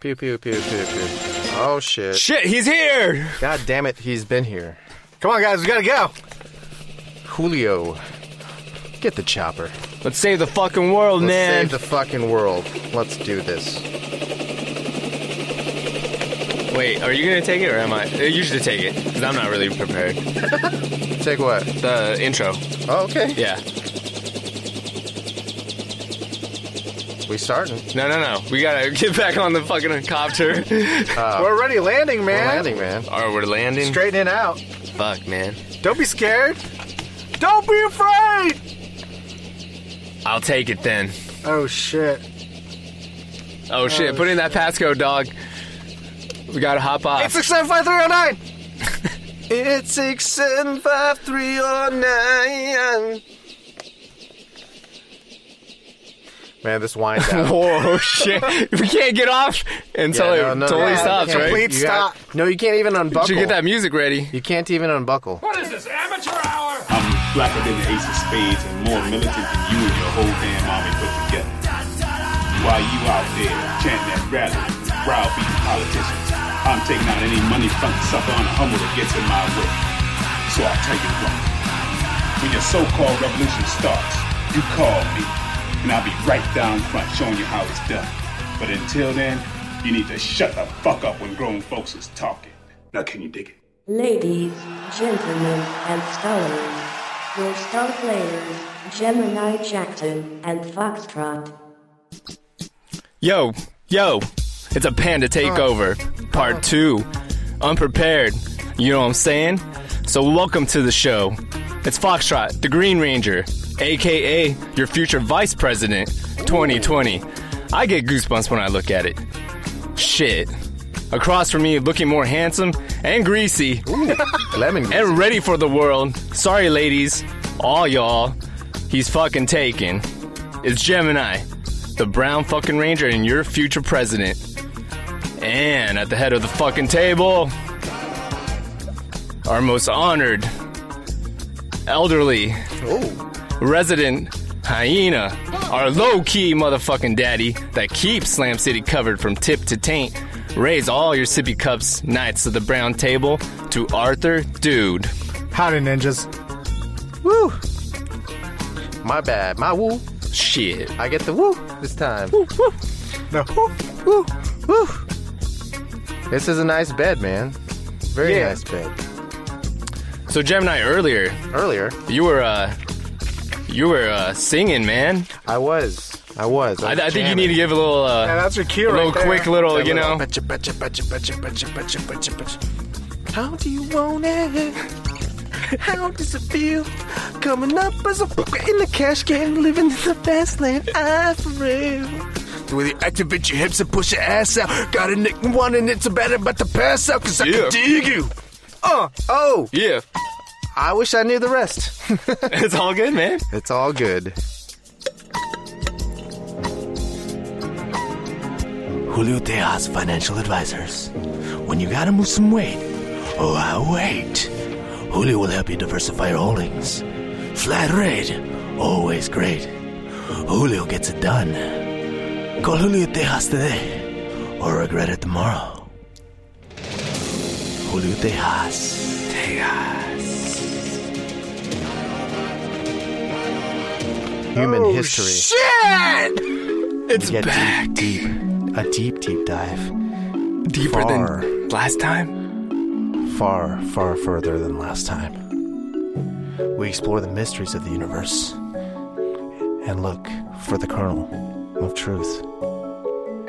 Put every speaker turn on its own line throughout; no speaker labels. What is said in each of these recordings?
Pew pew pew pew pew. Oh shit!
Shit, he's here!
God damn it! He's been here. Come on, guys, we gotta go. Julio, get the chopper.
Let's save the fucking world,
Let's
man.
save the fucking world. Let's do this.
Wait, are you gonna take it or am I? Uh, You should take it, because I'm not really prepared.
Take what?
The intro.
Oh, okay.
Yeah.
We starting.
No, no, no. We gotta get back on the fucking copter.
Uh,
We're already landing,
we're
man.
landing, man.
Alright, we're landing.
Straighten it out.
Fuck, man.
Don't be scared. Don't be afraid.
I'll take it then.
Oh shit.
Oh shit, put in that passcode, dog. We gotta hop off.
Eight six seven five three zero nine.
It's six seven five three or nine. Man, this winds down.
Whoa, Oh, shit. we can't get off until
Yeah, no,
it
no,
totally
no,
stops,
you can't.
right?
Complete
You have- no, you can't even unbuckle.
Should get that music ready.
You can't even unbuckle.
What is this, amateur hour?
I'm blacker than the ace of spades and more militant than you and your whole damn army put together. While you out there chanting that rally, browbeating politicians, I'm taking out any money front sucker on a humble that gets in my way. So I'll tell you what. When your so-called revolution starts, you call me, and I'll be right down front showing you how it's done. But until then, you need to shut the fuck up when grown folks is talking. Now can you dig it?
Ladies, gentlemen, and scholars, your star players, Gemini Jackson and Foxtrot.
Yo, yo, it's a panda takeover, part two. Unprepared, you know what I'm saying? So, welcome to the show. It's Foxtrot, the Green Ranger, aka your future vice president, 2020. I get goosebumps when I look at it. Shit. Across from me, looking more handsome and greasy
Lemon. grease.
and ready for the world. Sorry, ladies, all y'all. He's fucking taken. It's Gemini, the brown fucking ranger, and your future president. And at the head of the fucking table, our most honored, elderly, resident hyena, our low key motherfucking daddy that keeps Slam City covered from tip to taint. Raise all your sippy cups, knights of the brown table, to Arthur Dude.
Howdy, ninjas.
My bad. My woo.
Shit.
I get the woo this time.
No.
This is a nice bed, man. Very
Yeah.
nice bed.
So Gemini, earlier
Earlier,
you were uh, you were uh, singing, man.
I was. I was.
I, I think you need to give a little uh,
Yeah, that's your cue
a little
right there.
quick little, Oh, you know.
Betcha, betcha, betcha, betcha, betcha, betcha, betcha, betcha. How do you want it? How does it feel? Coming up as a fucker in the cash game, living in the fast lane. I for real. The way you activate your hips and push your ass out. Got a nick and one, and it's a better about to pass out, cause I
Yeah.
can dig you. Uh, oh,
Yeah,
I wish I knew the rest.
it's all good, man.
It's all good.
Julio Tejas Financial Advisors. When you gotta move some weight, oh, I wait. Julio will help you diversify your holdings. Flat rate, always great. Julio gets it done. Call Julio Tejas today, or regret it tomorrow. Julio Tejas.
Human history.
It's
Get
back
deep, deep, a deep, deep dive.
deeper
far.
than last time.
far, far further than last time. We explore the mysteries of the universe and look for the kernel of truth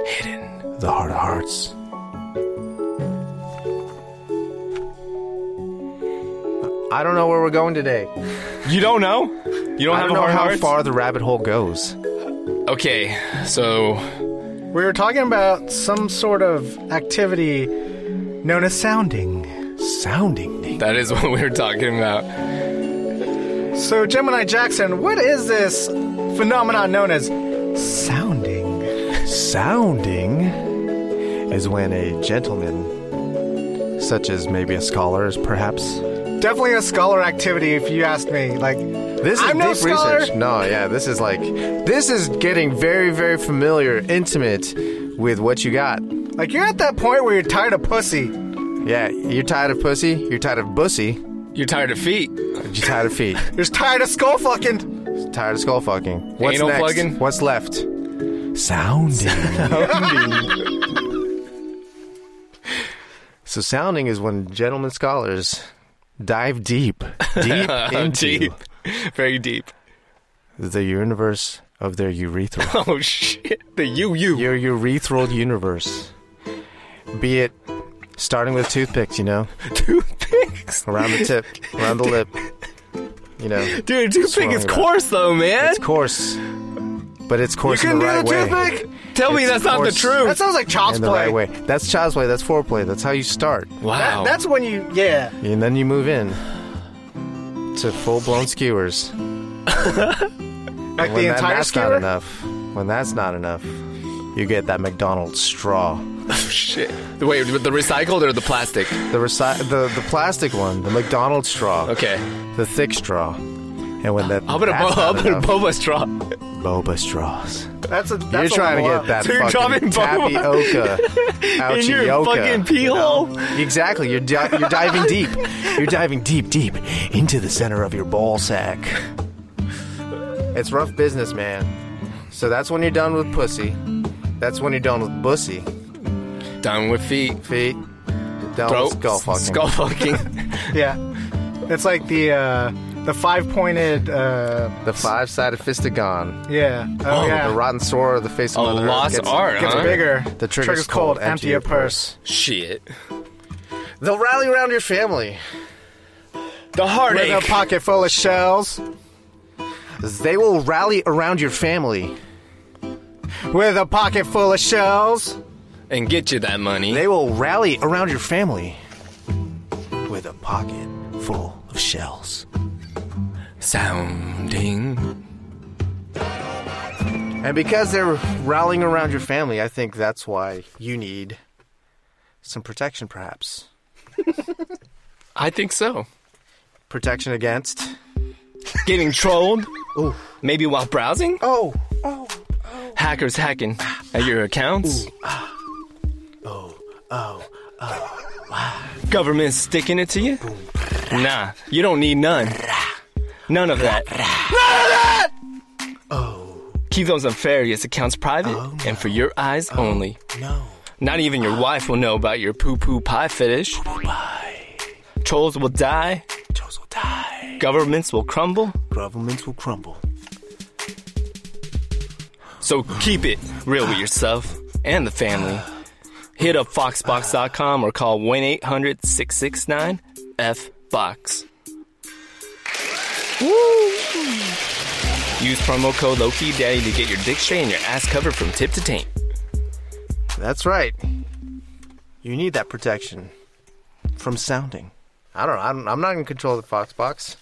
hidden, the heart of hearts.
I don't know where we're going today.
You don't know? You don't
I
have
don't
a
know
hard
how
heart?
far the rabbit hole goes.
Okay, so
We were talking about some sort of activity known as sounding.
Sounding deep.
that is what we were talking about.
So, Gemini Jackson, what is this phenomenon known as sounding?
Sounding is when a gentleman, such as maybe a scholar, is perhaps.
Definitely a scholar activity, if you asked me. Like,
This is
I'm
deep
no scholar.
research. No, yeah, this is like this is getting very, very familiar, intimate with what you got.
Like you're at that point where you're tired of pussy.
Yeah, you're tired of pussy. You're tired of bussy.
You're tired of feet.
You're tired of feet.
You're just tired of skull fucking.
tired of skull fucking. What's
Anal
next?
plugging?
What's left? Sounding. so sounding is when gentlemen scholars dive deep, deep into
Uh, deep. Very deep.
the universe of their urethra.
Oh shit. The you you.
your urethral universe. Be it starting with toothpicks, you know,
Toothpicks.
around the tip, around the lip, you know.
Dude, toothpick
wrong
is
with that?
coarse though, man.
It's coarse, but it's coarse
You
in
can
the
do
right
the
way.
toothpick.
Tell me
it's
that's not the
coarse.
That
truth.
sounds like child's
In the
play.
right way. That's child's play. That's foreplay. That's how you start,
wow.
That, that's when you, yeah.
and then you move in to full-blown skewers.
Like
when
the
that-
entire
that's
skewer.
not enough, when that's not enough, you get that McDonald's straw.
shit. Wait, with the recycled or the plastic?
The, reci- the the plastic one, the McDonald's straw.
Okay.
the thick straw. And when that
I'll put a, bo-
that's
I'll
not
put a
enough,
boba straw.
boba straws.
That's a. That's
You're
a
trying to
level
get
up.
that
Dude, dropping
fucking
boba
tapioca out
in
your
your
yoka,
fucking pee
you know?
hole.
Exactly. You're di- you're diving deep. You're diving deep, deep into the center of your ball sack. It's rough business, man. So that's when you're done with pussy. That's when you're done with bussy
Done with feet.
feet. You're done
Throat.
with Oh, skull fucking.
Skull fucking.
Yeah. It's like the uh, the five pointed. Uh,
The five-sided fistagon.
yeah. Oh, yeah.
The rotten sore of the face of
A
Mother Earth
lost
gets-
art,
Gets
huh?
bigger.
The trigger's,
cold. Empty your purse.
Shit.
They'll rally around your family.
The
With a
heartache.
pocket full of shells.
They will rally around your family.
With a pocket full of shells.
and get you that money.
They will rally around your family with a pocket full of shells.
Sounding.
And because they're rallying around your family, I think that's why you need some protection, perhaps.
I think so.
Protection against.
Getting trolled. Maybe while browsing.
Oh,
Hackers hacking at your accounts. Oh, oh,
Ah. oh,
oh. Government sticking it to you? Nah, you don't need none. None of that. None of that!
Oh.
Keep those nefarious accounts private and for your eyes only.
no.
Not even your wife will know about your poo poo pie fetish. Trolls will die,
Toes will die.
governments will crumble.
Governments will crumble.
So keep it real with yourself and the family. Hit up foxbox.com or call 1 800 669 FBOX. Use promo code LOKIDADDY to get your dick straight and your ass covered from tip to taint.
That's right. You need that protection from sounding. I don't know. I'm, I'm not in control of the Fox box.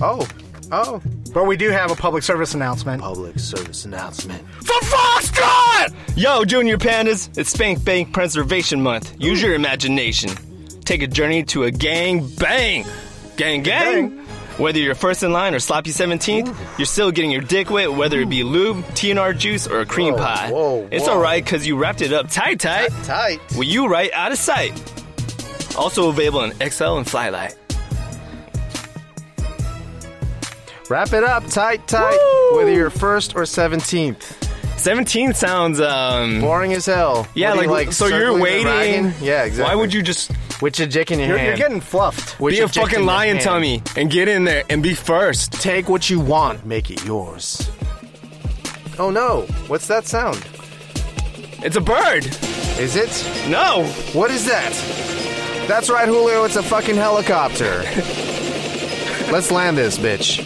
Oh, oh.
But we do have a public service announcement.
Public service announcement.
For Foxtrot! Yo, Junior Pandas, it's Spank Bank Preservation Month. Use your imagination. Take a journey to a gang bang. Gang gang. Whether you're first in line or sloppy 17th, you're still getting your dick wet, whether it be lube, TNR juice, or a cream
Whoa,
pie.
whoa,
it's
whoa.
alright because you wrapped it up tight tight.
Tight.
With you right out of sight. Also available in XL and Flylight.
Wrap it up tight, tight. Whether you're first or 17th.
17 sounds, um.
Boring as hell.
Yeah,
What are
like,
you,
so you're
circling the
waiting.
wagon? Yeah, exactly.
Why would you just
With your dick in your
You're,
hand.
you're getting fluffed.
With
be
your
a
dick in
fucking
your
lion
hand.
tummy and get in there and be first?
Take what you want, make it yours. Oh no, what's that sound?
It's a bird.
Is it?
No.
What is that? That's right, Julio, it's a fucking helicopter. Let's land this bitch.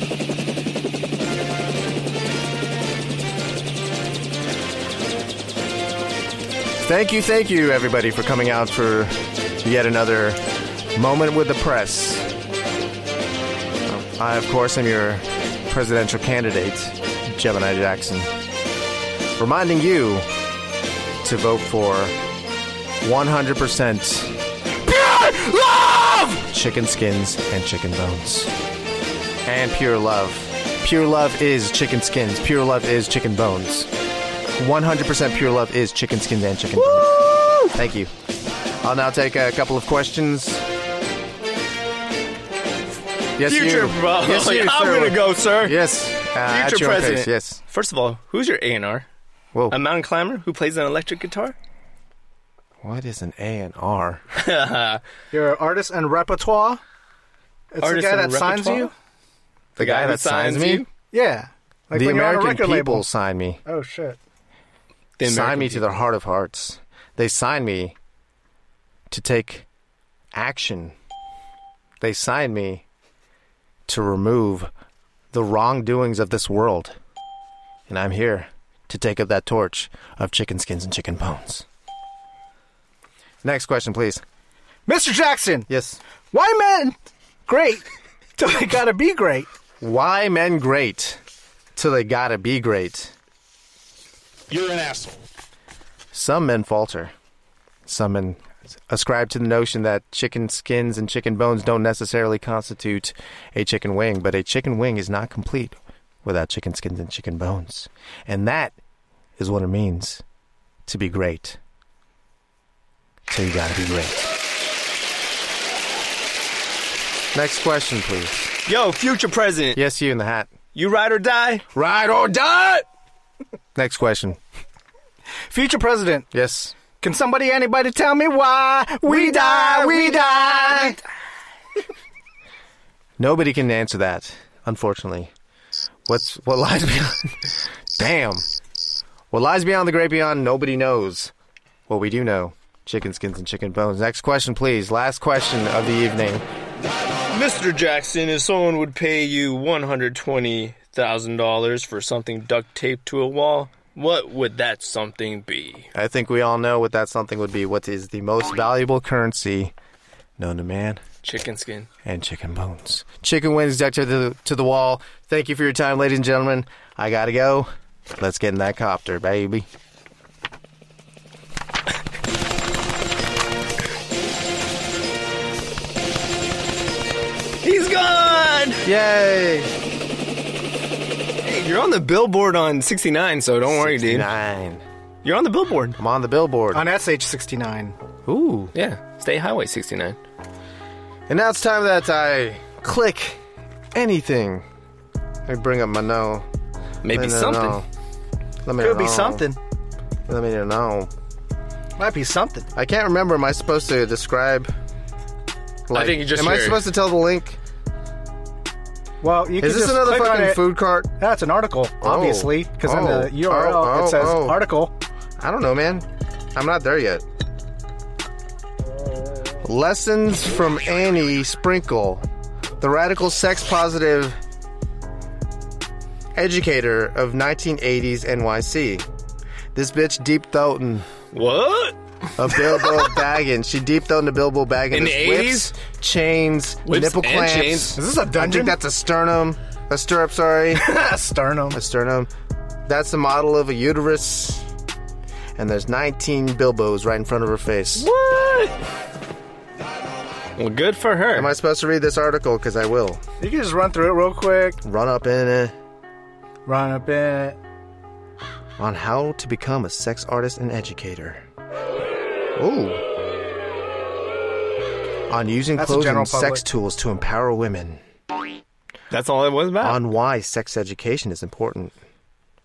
Thank you, thank you, everybody, for coming out for yet another moment with the press. I, of course, am your presidential candidate, Gemini Jackson, reminding you to vote for 100% pure love! Chicken skins and chicken bones. And pure love. Pure love is chicken skins. Pure love is chicken bones. 100% pure love is chicken skins and chicken bones. Thank you. I'll now take a couple of questions. Yes,
Future,
you.
bro.
Yes, you,
I'm
sir.
gonna go, sir.
Yes. Uh, at
Future
your own pace,
president.
Yes.
First of all, who's your A&R?
Whoa.
A mountain climber who plays an electric guitar?
what is an A and R?
Your artist and repertoire. It's
Artist
the guy that
and
signs
repertoire?
you.
The guy that signs me?
you?
Yeah. Like
the
when you're on a
American
record
people
label.
sign me.
Oh shit.
The
sign
American
me to their heart of hearts. They sign me to take action. They sign me to remove the wrongdoings of this world. And I'm here to take up that torch of chicken skins and chicken bones. Next question, please.
Mr. Jackson,
Yes.
why men great till they gotta be great?
Why men great till they gotta be great?
You're an asshole.
Some men falter. Some men ascribe to the notion that chicken skins and chicken bones don't necessarily constitute a chicken wing, but a chicken wing is not complete without chicken skins and chicken bones. And that is what it means to be great. So you gotta be great. Next question, please.
people. Yo, future president,
Yes, you in the hat.
you ride or die?
Ride
Oh,
or die! Next question.
Future president,
Yes.
can somebody anybody tell me why we die, we die?
Nobody can answer that, unfortunately. What's what lies beyond? Damn. What lies beyond the great beyond? Nobody knows. What we do know: chicken skins and chicken bones. Next question, please. Last question of the evening.
Mr. Jackson, if someone would pay you $120,000 for something duct taped to a wall, what would that something be?
I think we all know what that something would be. What is the most valuable currency known to man?
Chicken skin.
And chicken bones. Chicken wings duct to the to the wall. Thank you for your time, ladies and gentlemen. I gotta go. Let's get in that copter, baby.
He's gone!
Yay!
Hey, you're on the billboard on 69, so don't worry, dude.
Nine.
You're on the billboard.
I'm on the billboard.
On SH69.
Ooh.
Yeah, State Highway 69.
And now it's time that I click anything. Let me bring up my no.
Maybe
Let me
something.
know. Let me
Could be
know.
something.
Let me know.
Might be something.
I can't remember. Am I supposed to describe? Like,
think you just
Am I
shared.
supposed to tell the link?
Well, you can
Is this
just
another
click on
fucking
it.
food cart?
That's an article, obviously, because in
Oh.
the URL
Oh, oh,
it says
oh.
article.
I don't know, man. I'm not there yet. Lessons from Annie Sprinkle, the radical sex positive educator of 1980s NYC. This bitch deep throating
What?
a Bilbo bagging. She deep throating a Bilbo bagging.
In
There's
the
whips, chains,
Whips
nipple
and
clamps.
chains.
Is this a
I think
dungeon?
that's a sternum, a stirrup. Sorry
sternum.
a sternum. That's the model of a uterus. And there's 19 Bilbos right in front of her face.
What? Well, good for her.
Am I supposed to read this article? Because I will.
You can just run through it real quick.
Run up in it
Run up in it.
on how to become a sex artist and educator. Ooh. On using
That's the
clothes
general
and sex
public.
tools to empower women.
That's all it was about.
On why sex education is important.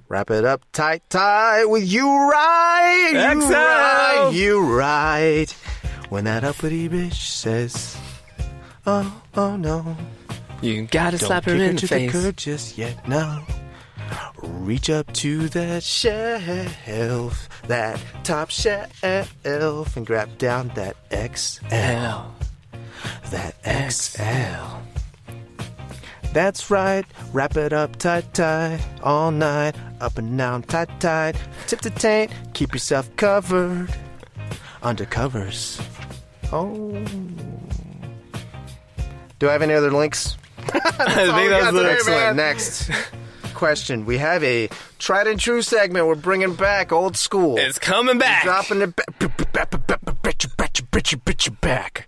Wrap it up tight, tight with you right. You
Excel.
right. You right. When that uppity bitch says, Oh, oh no.
you gotta
Don't
slap her
kick
in the
to
face.
the curb just yet. No. Reach up to that shelf, that top shelf, and grab down that XL. That XL. That's right. Wrap it up tight, tight, all night. Up and down, tight, tight. Tip to taint. Keep yourself covered. Under covers. Oh. Do I have any other links?
I think
Oh,
that was the
Excellent. Next question. We have a tried and true segment. We're bringing back old school.
It's coming back.
dropping it back. Bet you, bet you, bet you, bet you back.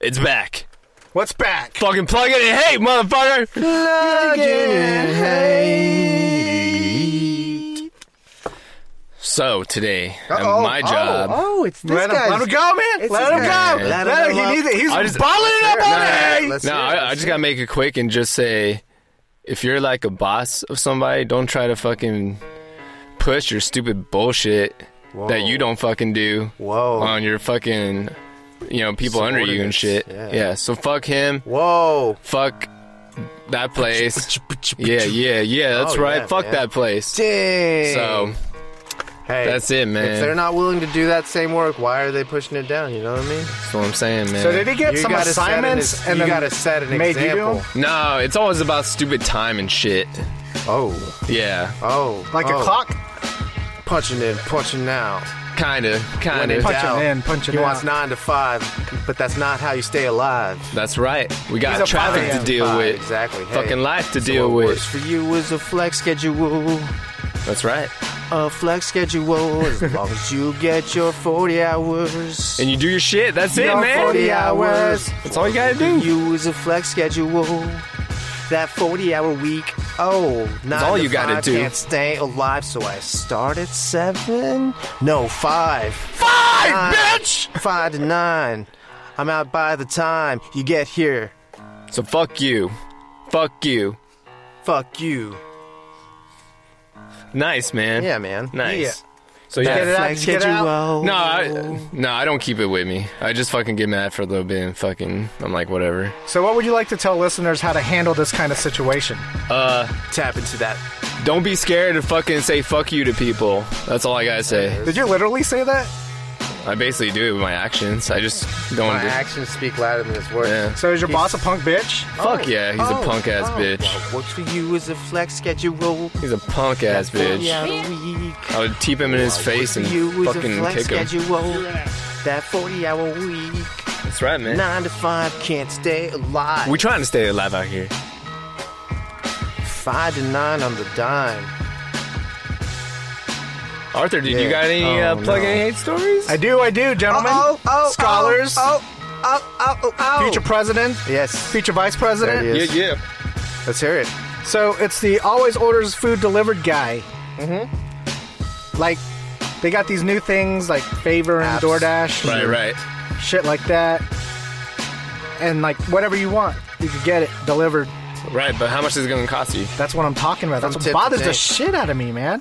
It's back.
What's back?
Fucking plug it in. Hey, motherfucker.
Plug in hate.
So today,
Uh-oh.
at my
Oh,
job,
Oh, it's this
Let him,
guy's.
let him go, man.
it's
Let
this
him
guy.
go.
Let
Let
him
him, he
go.
needs it. oh. He's
I just-
bottling it up on it.
Let's
no,
hear it,
I, I
let's
just
hear
gotta make it quick and just say, if you're like a boss of somebody, don't try to fucking push your stupid bullshit that you don't fucking do
Whoa.
on your fucking, you know, people under you and
Subordinates,
shit.
yeah.
So fuck him.
Whoa.
Fuck that place. yeah, yeah, yeah. That's
Oh,
right.
yeah,
fuck
man.
that place.
Dang.
So
hey,
that's it, man.
If they're not willing to do that same work, why are they pushing it down? You know what I mean?
that's what I'm saying, man.
So did he get
You
some
gotta set an
assignments?
ex-
and
you
then
gotta set an
made you do
example.
them?
no, it's always about stupid time and shit.
Oh,
Yeah,
oh,
Like
oh.
a clock?
punching in, punching now.
kinda,
When in
kinda.
punch
doubt,
it in, punch it
He
out.
wants nine to five, but that's not how you stay alive.
That's right. We got
He's a
traffic
five.
to deal
Five,
with.
exactly. Hey,
Fucking life to
so
deal
what
with.
Works for you is a flex schedule.
That's right.
A flex schedule. As long as you get your forty hours.
And you do your shit. That's it,
Your
man.
40 hours.
That's all you gotta do.
You is a flex schedule. That 40 hour week. Oh, nine
all
to
you gotta
five
do.
can't stay alive, so I start at seven. No, five.
Five,
Nine.
bitch.
Five to nine. I'm out by the time you get here.
So fuck you. Fuck you.
Fuck you.
Nice, man.
Yeah, man.
Nice. So
Yeah.
yeah.
it out,
Flex
get it
schedule.
out.
No, I, no, I don't keep it with me. I just fucking get mad for a little bit and fucking, I'm like, whatever.
So what would you like to tell listeners how to handle this kind of situation?
Tap into that.
Don't be scared to fucking say fuck you to people. That's all I gotta say.
Did you literally say that?
I basically do it with my actions. I just don't.
My
do-
actions speak louder than his words.
Yeah.
So is your
He's-
boss a punk bitch?
Fuck yeah, he's a punk ass bitch.
What Oh. works for you is a flex schedule.
He's a punk ass bitch.
40 hour week.
I would teep him in his face and
you was a
fucking
flex
kick him.
schedule. That 40 hour week.
That's right, man.
9 to 5 can't stay alive.
We trying to stay alive out here.
5 to 9 on the dime.
Arthur, did you got any
Oh,
uh, plug
no.
and hate stories?
I do, I do, gentlemen. Scholars,
Oh, oh, oh, oh, oh.
future president,
Yes.
future vice
There
president.
he is.
yeah.
Let's hear it.
So it's the always orders food delivered guy. Mm-hmm. Like, they got these new things like Favor and
Apps.
DoorDash.
Right, right.
Shit like that. And like, whatever you want, you can get it delivered.
Right, but how much is it going to cost you?
That's what I'm talking about. That's
From
what
tip to
bothers the
tail.
shit out of me, man.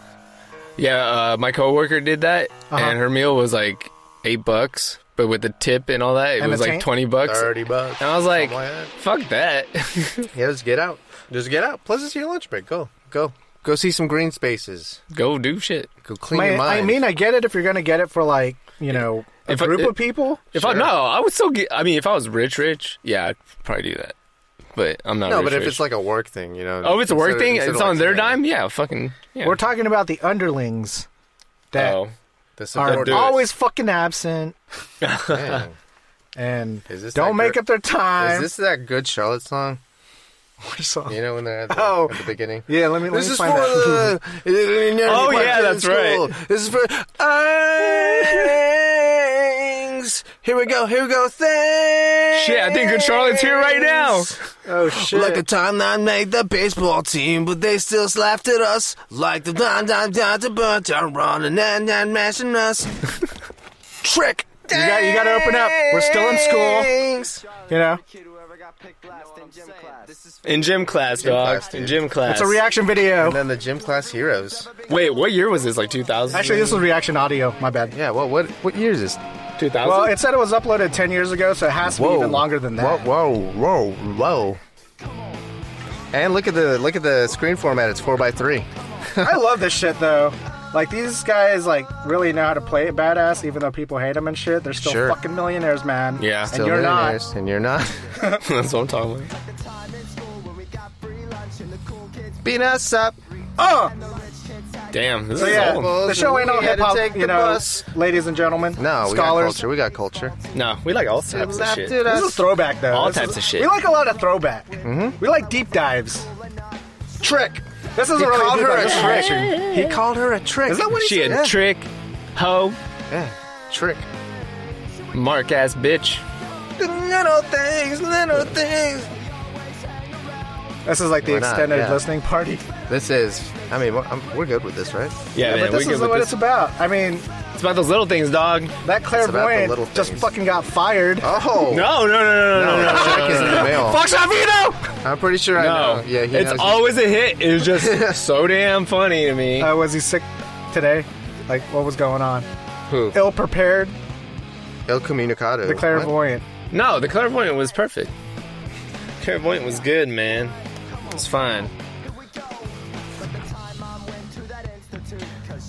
Yeah, uh, my coworker did that,
Uh-huh.
and her meal was like eight bucks, but with the tip and all that, it
And
was
the
like
tank?
20 bucks.
30 bucks.
And I was like,
Something that.
fuck that.
yeah, just get out. Just get out. Plus, it's your lunch break. Go. Go. Go see some green spaces.
Go do shit.
Go clean
My-
your mind.
I mean, I get it if you're going to get it for like, you know, a
If I-
group
it-
of people.
If I, no, I would still get, I mean, if I was rich, rich, yeah, I'd probably do that. But I'm not
no,
rich,
but if
rich.
it's like a work thing, you know.
oh, it's a
instead
work
of-
thing?
instead of,
It's
like,
on their
tonight,
dime? Yeah, fucking, yeah.
We're talking about the underlings that
Oh.
the support-
are always fucking absent
Dang.
and
Is this
don't
that
make
gir-
up their
Is
time.
this that good Charlotte song?
So-
You know when they're at the,
Oh.
at the beginning.
yeah, let me let
This
me
is for
find that.
the.
Oh,
oh
yeah, that's right.
This is for things. Here we go. Here we go. Things.
Shit, I think Good Charlotte's here right now.
oh shit!
Like a timeline made the baseball team, but they still slapped at us. Like the dime dime dime to burn down running and and mashing us. Trick. You
got- you gotta open up. We're still in school. you know,
In gym class, dog.
class,
in
dude.
gym class.
it's a reaction video.
And then the gym class heroes.
Wait, what year was this? Like 2000?
Actually, this was reaction audio. My bad.
Yeah. Well, what what year is this?
2000.
Well, it said it was uploaded ten years ago, so it has to be even longer than that.
Whoa, whoa, whoa, whoa. And look at the look at the screen format. It's four by three.
I love this shit though. Like these guys, like really know how to play it badass, even though people hate them and shit. They're still
Sure.
fucking millionaires, man.
Yeah.
and
Still
you're not.
not. And you're not.
That's what I'm talking about.
Beat us up.
Oh,
Damn, this
so
is
yeah,
old.
the show ain't all
We had
hip
to
hop,
take
you
the
know,
bus.
ladies and gentlemen.
No, we
scholars.
got culture. We got culture.
No, we like all types of shit.
Dude,
This is throwback though.
All
This
types
is-
of shit.
We like a lot of throwback. Mm-hmm. We like deep dives.
trick.
This isn't really
called
deep
her
dive.
a
This is
trick.
reaction.
He called her a trick.
Is that what he
She a
said? Yeah.
trick, hoe,
Yeah, trick.
mark ass bitch.
Little things, little things.
This is like the
Why not?
extended
Yeah.
listening party.
This is. I mean, we're- I'm, we're good with this, right?
Yeah,
but
man, we
this
good
is what
with
it's
this.
about. I mean,
It's about those little things, dog.
that
the little
clairvoyant just
things.
fucking got fired.
Oh
No, no, no, no, no, no. no.
check is in the mail.
Fox Vito!
I'm pretty sure I
No,
know. Yeah, he
it's
knows.
always a hit. It's just so damn funny to me.
Uh, was he sick today? Like, what was going on?
Who?
Ill prepared,
El Comunicado.
the clairvoyant.
No, the clairvoyant was perfect. Clairvoyant was good, man. It's fine.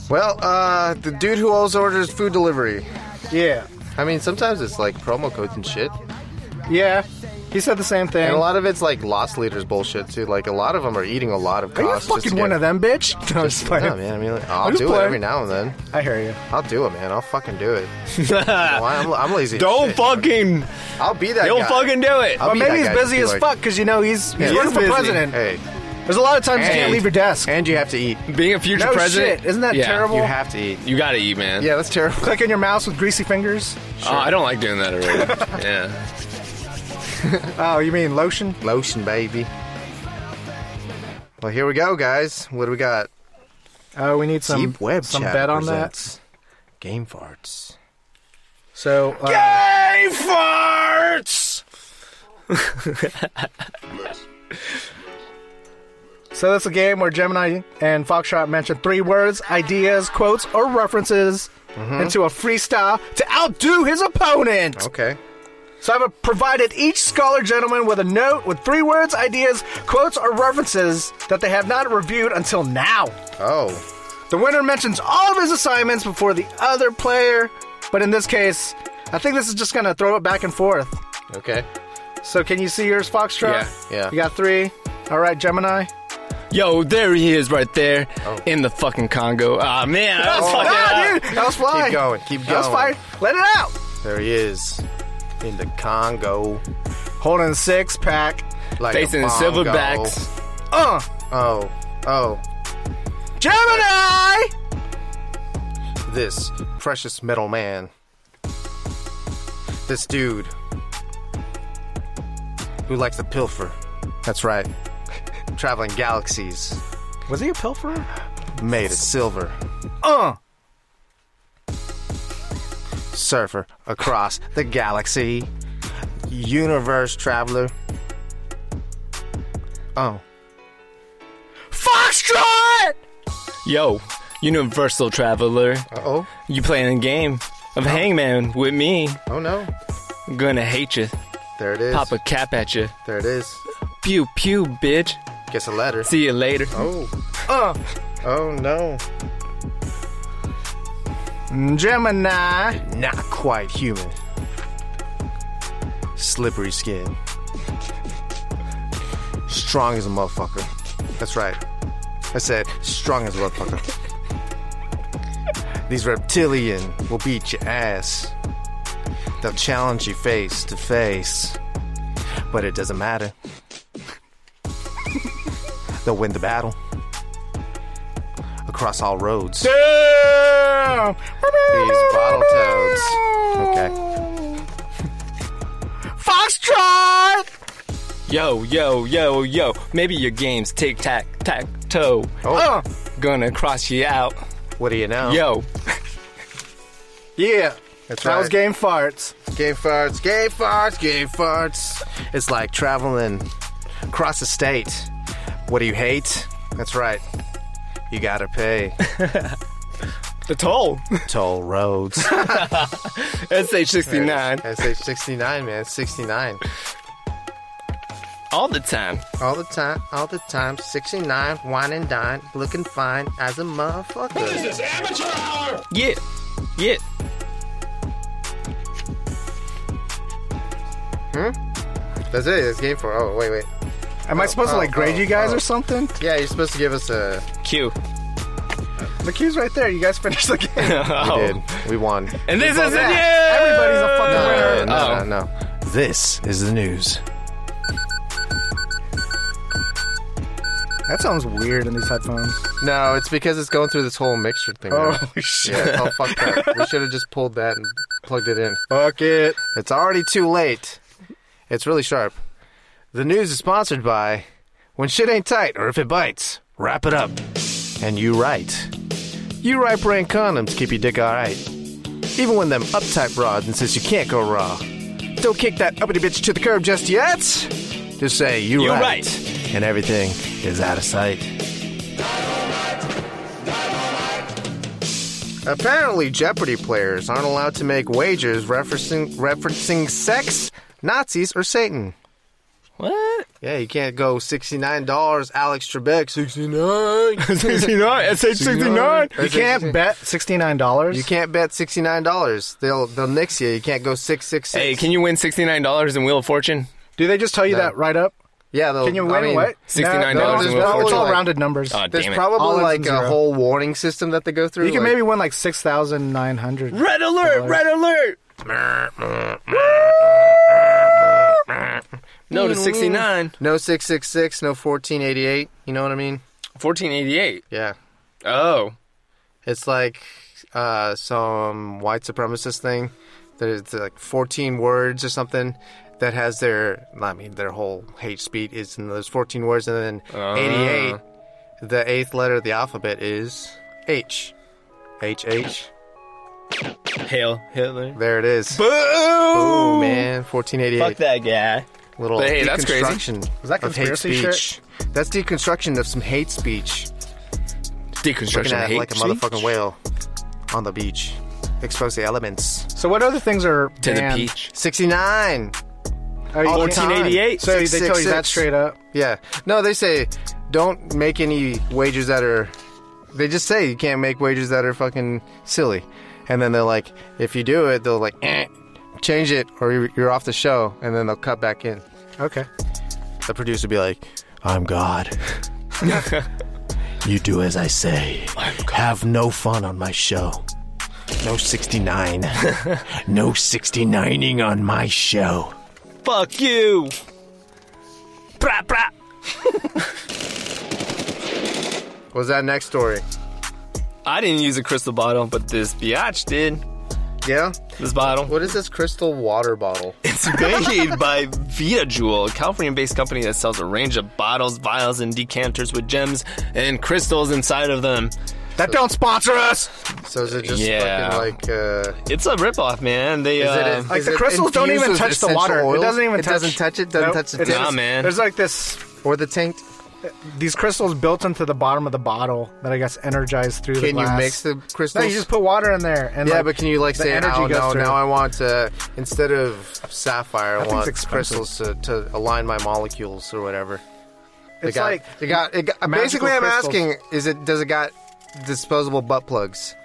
What? Well, uh, the dude who always orders food delivery.
Yeah.
I mean, sometimes it's like promo codes and shit,
Yeah. He said the same thing.
and a lot of it's like loss leaders bullshit too. Like a lot of them are eating a lot of.
Are you
costs just
fucking
to
one
get-
of them, bitch? No, I'm just playing.
Yeah, man. I mean, like, I'll
just
do it
playing.
every now and then.
I hear you.
I'll do it, man. I'll fucking do it. Well, I'm, I'm lazy. as
Don't
shit.
fucking,
I'll be that.
don't
guy.
fucking do it.
I'll
But
be
maybe
that
he's
guy to
busy
be
as
like,
fuck because you know he's he's
He
running
is
for
busy.
president.
Hey,
There's a lot of times you
Hey.
can't leave your desk.
and you have to eat.
Being a future
no
president,
shit, isn't that
yeah,
terrible?
You have to eat.
You gotta eat, man.
Yeah, that's terrible.
Clicking your mouse with greasy fingers.
Oh, I don't like doing that already. yeah.
Oh, you mean lotion?
Lotion, baby. Well, here we go, guys. What do we got?
Oh, we need some
Deep Web
some
Chat
bet on that.
presents Game farts.
So uh,
Gay farts.
So that's a game where Gemini and Foxtrot mention three words, ideas, quotes, or references
Mm-hmm.
into a freestyle to outdo his opponent.
Okay.
So I've provided each scholar gentleman with a note with three words, ideas, quotes, or references that they have not reviewed until now.
Oh,
The winner mentions all of his assignments before the other player, but in this case, I think this is just gonna throw it back and forth.
okay.
So can you see yours, Foxtrot?
Yeah,
yeah.
You got three. All right, Gemini.
Yo, there he is, right there,
Oh.
in the fucking Congo. Ah, man, I was fucking.
Ah, dude, that was fly.
Keep going, keep
That was
going.
fire. Let it out.
There he is in the Congo,
Holding a six pack.
like
Facing
a
the
bongo.
silverbacks.
Uh,
Oh, oh,
Gemini.
this precious metal man. This dude who likes to pilfer. That's right. Traveling galaxies
Was he a pilferer?
made of silver.
Uh,
surfer across the galaxy, universe traveler. Oh,
Foxtrot.
Yo, Universal Traveler,
oh,
you playing a game of Hangman with me?
oh no!
I'm gonna hate you.
There it is.
Pop a cap at you.
There it is.
Pew pew, bitch.
Gets a letter.
See you later.
Oh,
Uh,
oh no!
Mm, Gemini.
Not quite human. Slippery skin. Strong as a motherfucker. That's right. I said strong as a motherfucker. These reptilian will beat your ass. They'll challenge you face to face. But it doesn't matter. They'll win the battle. Across all roads.
Damn.
These bottle toads. Okay.
Foxtrot.
Yo, yo, yo, yo. Maybe your game's tic tac tac toe.
Oh,
Gonna cross you out.
what do you know?
Yo,
Yeah.
That's
that
right.
was game farts.
Gay farts, gay farts, gay farts. It's like traveling across the state. What do you hate? That's right. You gotta pay
the toll.
toll roads.
SH 69.
SH 69, man. 69.
All the time.
All the time, all the time. 69, wine and dine, looking fine as a motherfucker.
This is amateur hour!
Yeah. Yeah.
That's it. That's game for. Oh, wait, wait.
Am I supposed to
oh,
like grade
oh,
you guys
oh.
or something?
Yeah, you're supposed to give us a.
Q.
The cue's right there. You guys finished the game.
Oh.
We won.
And this is it. Yeah.
Everybody's a fucking winner.
No, no, no,
Oh.
no, no. This is the news.
That sounds weird in these headphones.
No, it's because it's going through this whole mixture thing.
Oh,
now.
shit.
Yeah, it's all fucked up. We should have just pulled that and plugged it in.
Fuck it.
It's already too late. It's really sharp. The news is sponsored by When Shit Ain't Tight or If It Bites, Wrap it up. And you right. You right brand condoms keep your dick alright. Even when them uptight broads insist you can't go raw. Don't kick that uppity bitch to the curb just yet. Just say you,
You
right.
right.
And everything is out of sight. Apparently, Jeopardy players aren't allowed to make wagers referencing referencing sex, Nazis, or Satan.
What?
Yeah, you can't go sixty-nine dollars, Alex Trebek, sixty-nine.
69. It's 69.
You can't bet sixty-nine dollars.
You can't bet sixty-nine dollars. They'll they'll nix you. You can't go six six six.
Hey, can you win $69 in Wheel of Fortune?
Do they just tell you
No.
that right up?
yeah, they'll,
Can you win
I mean,
what?
$69
No,
in
there's
Wheel of
no- It's
Fortune.
all rounded numbers.
Oh,
There's
damn it.
All
probably
ends
like
in
a
zero.
whole warning system that they go through.
you can
like-
maybe win like six thousand nine hundred.
Red alert! Red alert! no to 69.
no six six six, no fourteen eighty eight. You know what I mean?
1488.
Yeah,
Oh.
it's like uh, some white supremacist thing. There's like fourteen words or something that has their. I mean, their whole hate speech is in those fourteen words, and then
Uh-huh.
eighty eight. The eighth letter of the alphabet is H. H H.
Hail Hitler.
There it is.
Boom!
Boom, man. 1488.
Fuck that guy.
Little
But hey, that's crazy.
deconstruction
Is that
of hate
conspiracy
speech.
shit?
That's deconstruction of some hate speech. Looking
Deconstruction
at it
hate
like a
speech?
motherfucking whale on the beach. Expose the elements.
So what other things are
To the
banned?
peach.
69.
Are you-
All the time.
1488.
So
Six,
they
six,
tell you that
six.
straight up.
Yeah. No, they say don't make any wagers that are. They just say you can't make wagers that are fucking silly. And then they're like, if you do it, they'll like, eh, change it or you're- you're off the show. And then they'll cut back in.
Okay.
The producer be like,
I'm God. you do as I say. Have no fun on my show. No 69. no 69ing on my show.
Fuck you! Brah, brah.
was that next story?
I didn't use a crystal bottle, but this biatch did.
Yeah?
This bottle.
What is this crystal water bottle?
It's made by VitaJewel, a California-based company that sells a range of bottles, vials, and decanters with gems and crystals inside of them.
That don't sponsor us.
So is it just
Yeah.
fucking like uh,
It's a ripoff, man. They
is
uh,
it
Like
is
the
it
crystals don't
infused
even
with
touch the
essential
water.
oil?
It doesn't even
it
touch.
doesn't touch it. Doesn't
Nope,
touch the
it
taste
Nah, man.
There's like this
or the taint.
these crystals built into the bottom of the bottle that I guess energize through the
Can you
glass.
mix the
No,
crystals?
you just put water in there. And
yeah,
like,
but can you like
the
say,
energy
oh
goes
no,
through.
now I want uh, instead of sapphire, I
That thing's
want
expensive.
crystals to, to align my molecules or whatever. They
It's
got,
like
they got, it got
magical
basically. I'm
crystals.
asking: Is it does it got disposable butt plugs?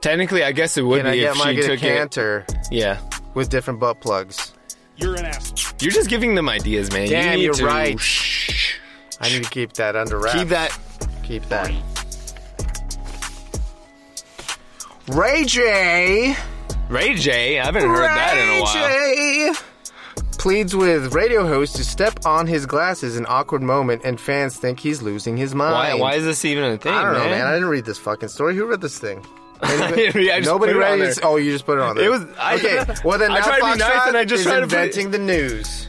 technically, I guess it would
Can I
be
get
if
my
she
get a
took it.
canter
Yeah,
with different butt plugs?
You're an asshole.
you're just giving them ideas, man.
Damn,
you need
you're
to
right.
Shh.
I need to keep that under wraps.
Keep that.
Keep that. Ray J.
Ray J. I haven't heard that in a while.
Ray J. Pleads with radio host to step on his glasses in awkward moment, and fans think he's losing his
Why,
mind.
why is this even a thing,
I don't know,
man?
man. I didn't read this fucking story. Who read this thing?
Yeah, I just
Nobody
put it on
read
there.
this. Oh, you just put it on there.
It was- I-
okay. Well, then
I
now
tried to be
Foxtrot
nice and I just
is
tried to put it-
inventing the news.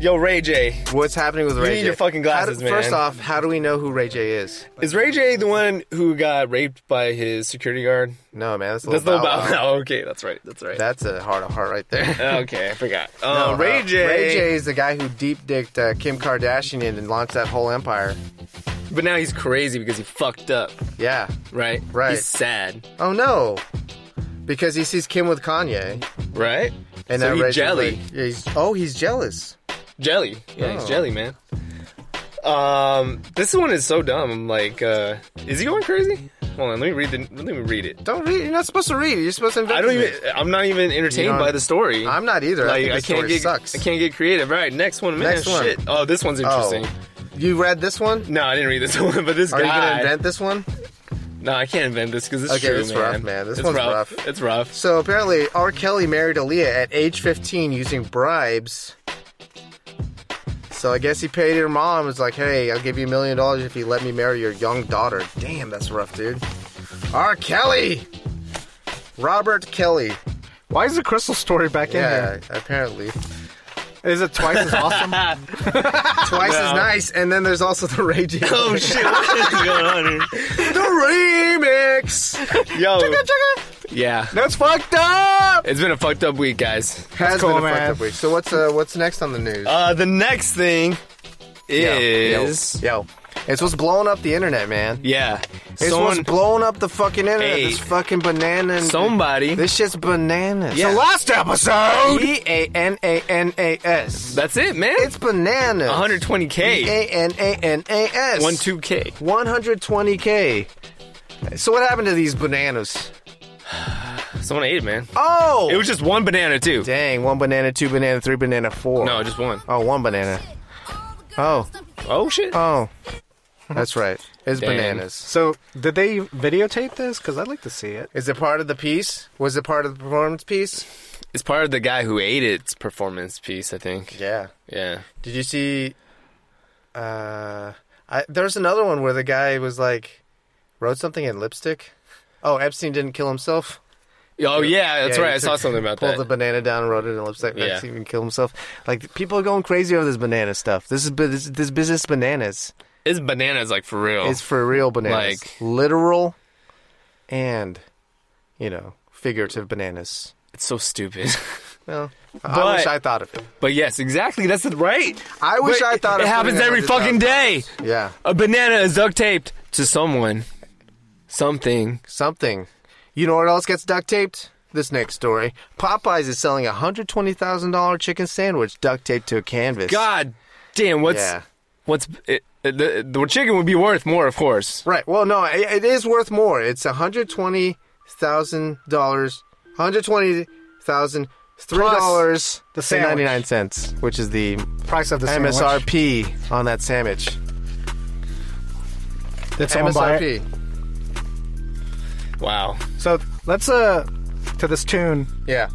Yo, Ray J.
What's happening with Ray J?
need your fucking
How
glasses,
do- First
man.
off, how do we know who Ray J is?
Is Ray J the one who got raped by his security guard?
No, man. That's a
That's
little
Lil
Bow
Bow
Wow.
Wow. Okay, that's right. That's right.
That's a heart of heart right there.
okay, I forgot. Um,
No,
Ray
uh,
J.
Ray J is the guy who deep dicked uh, Kim Kardashian and launched that whole empire.
But now he's crazy because he fucked up,
Yeah.
right?
Right.
He's sad,
Oh no. Because he sees Kim with Kanye.
right?
And
So
that
he
Ray J-
jelly.
yeah, he's, oh, he's jealous.
Jelly. Yeah, he's
Oh.
jelly, man. Um, this one is so dumb. I'm like, uh, is he going crazy? Hold on, let me read the. Let me read it.
Don't read. You're not supposed to read. You're supposed to.
I don't even.
investigate.
I'm not even entertained
You know,
by the story.
I'm not either. I
Like,
think
I,
the
can't
story
get.
sucks.
I can't get creative. All right, next one, man.
Next one.
Shit. Oh, this one's interesting.
You read this one?
No, I didn't read this one, but this
Are you
guy.
gonna invent this one?
no, I can't invent this because it's
Okay,
true,
it's
man.
rough, man. This
It's
one's rough.
rough. It's rough.
So apparently, R. Kelly married Aaliyah at age 15 using bribes. So I guess he paid her mom. Was like, hey, I'll give you a million dollars if you let me marry your young daughter. Damn, that's rough, dude. R. Kelly, Robert Kelly.
why is the crystal story back in
Yeah,
there?
apparently.
Is it twice as awesome?
Twice as nice, and then there's also the radio.
Oh shit! What is going on here?
the remix
Yo. Yeah.
That's fucked up.
It's been a fucked up week, guys.
has
cool,
been a
man.
fucked up week. So what's uh, what's next on the news?
Uh, the next thing
Yo, yo,
is
yo, it's what's blowing up the internet, man.
yeah.
It's
Someone,
what's blowing up the fucking internet.
Hey.
This fucking banana. and-
somebody.
This shit's bananas.
Yeah.
Last episode.
B a n a n a s.
That's it, man.
It's bananas.
120k,
A n a n a s.
12k.
120k. So what happened to these bananas?
Someone ate it, man.
Oh,
It was just one banana too.
dang! One banana, two banana, three banana, four.
No, just one.
oh, one banana. Oh,
Oh shit.
oh, that's right. It's
Dang.
bananas.
So, did they videotape this? Because I'd like to see it.
Is it part of the piece? Was it part of the performance piece?
It's part of the guy who ate its performance piece, I think.
Yeah.
Yeah.
Did you see? Uh, I, there's another one where the guy was like, wrote something in lipstick. Oh, Epstein didn't kill himself.
Oh yeah, that's
Yeah,
right.
he
I saw
took-
something about
pulled
that.
the banana down and wrote it in lipstick.
Yeah.
Epstein didn't kill himself. Like people are going crazy over this banana stuff. This is bu- this, this business bananas
It's bananas, like for real.
is for real bananas,
Oh, Like-
literal, and you know figurative bananas.
It's so stupid.
Well, I
But-
wish I thought of it.
but yes, exactly. That's the- right.
I wish
But
I thought
it
of
happens
putting it
every
on the
fucking
top.
day.
Yeah,
A banana is duct taped to someone, something.
something. You know what else gets duct taped? This next story. Popeyes is selling a hundred twenty thousand dollar chicken sandwich duct taped to a canvas.
God damn, what's
Yeah.
what's it, it- the, the chicken would be worth more, of course.
Right. Well, no, it, it is worth more. It's one hundred twenty thousand dollars, one hundred twenty thousand three dollars
the
and
sandwich.
ninety nine cents, which is the
Price of the sandwich.
MSRP on that sandwich.
Did someone buy it?
MSRP.
Wow.
So let's uh to this tune
Yeah.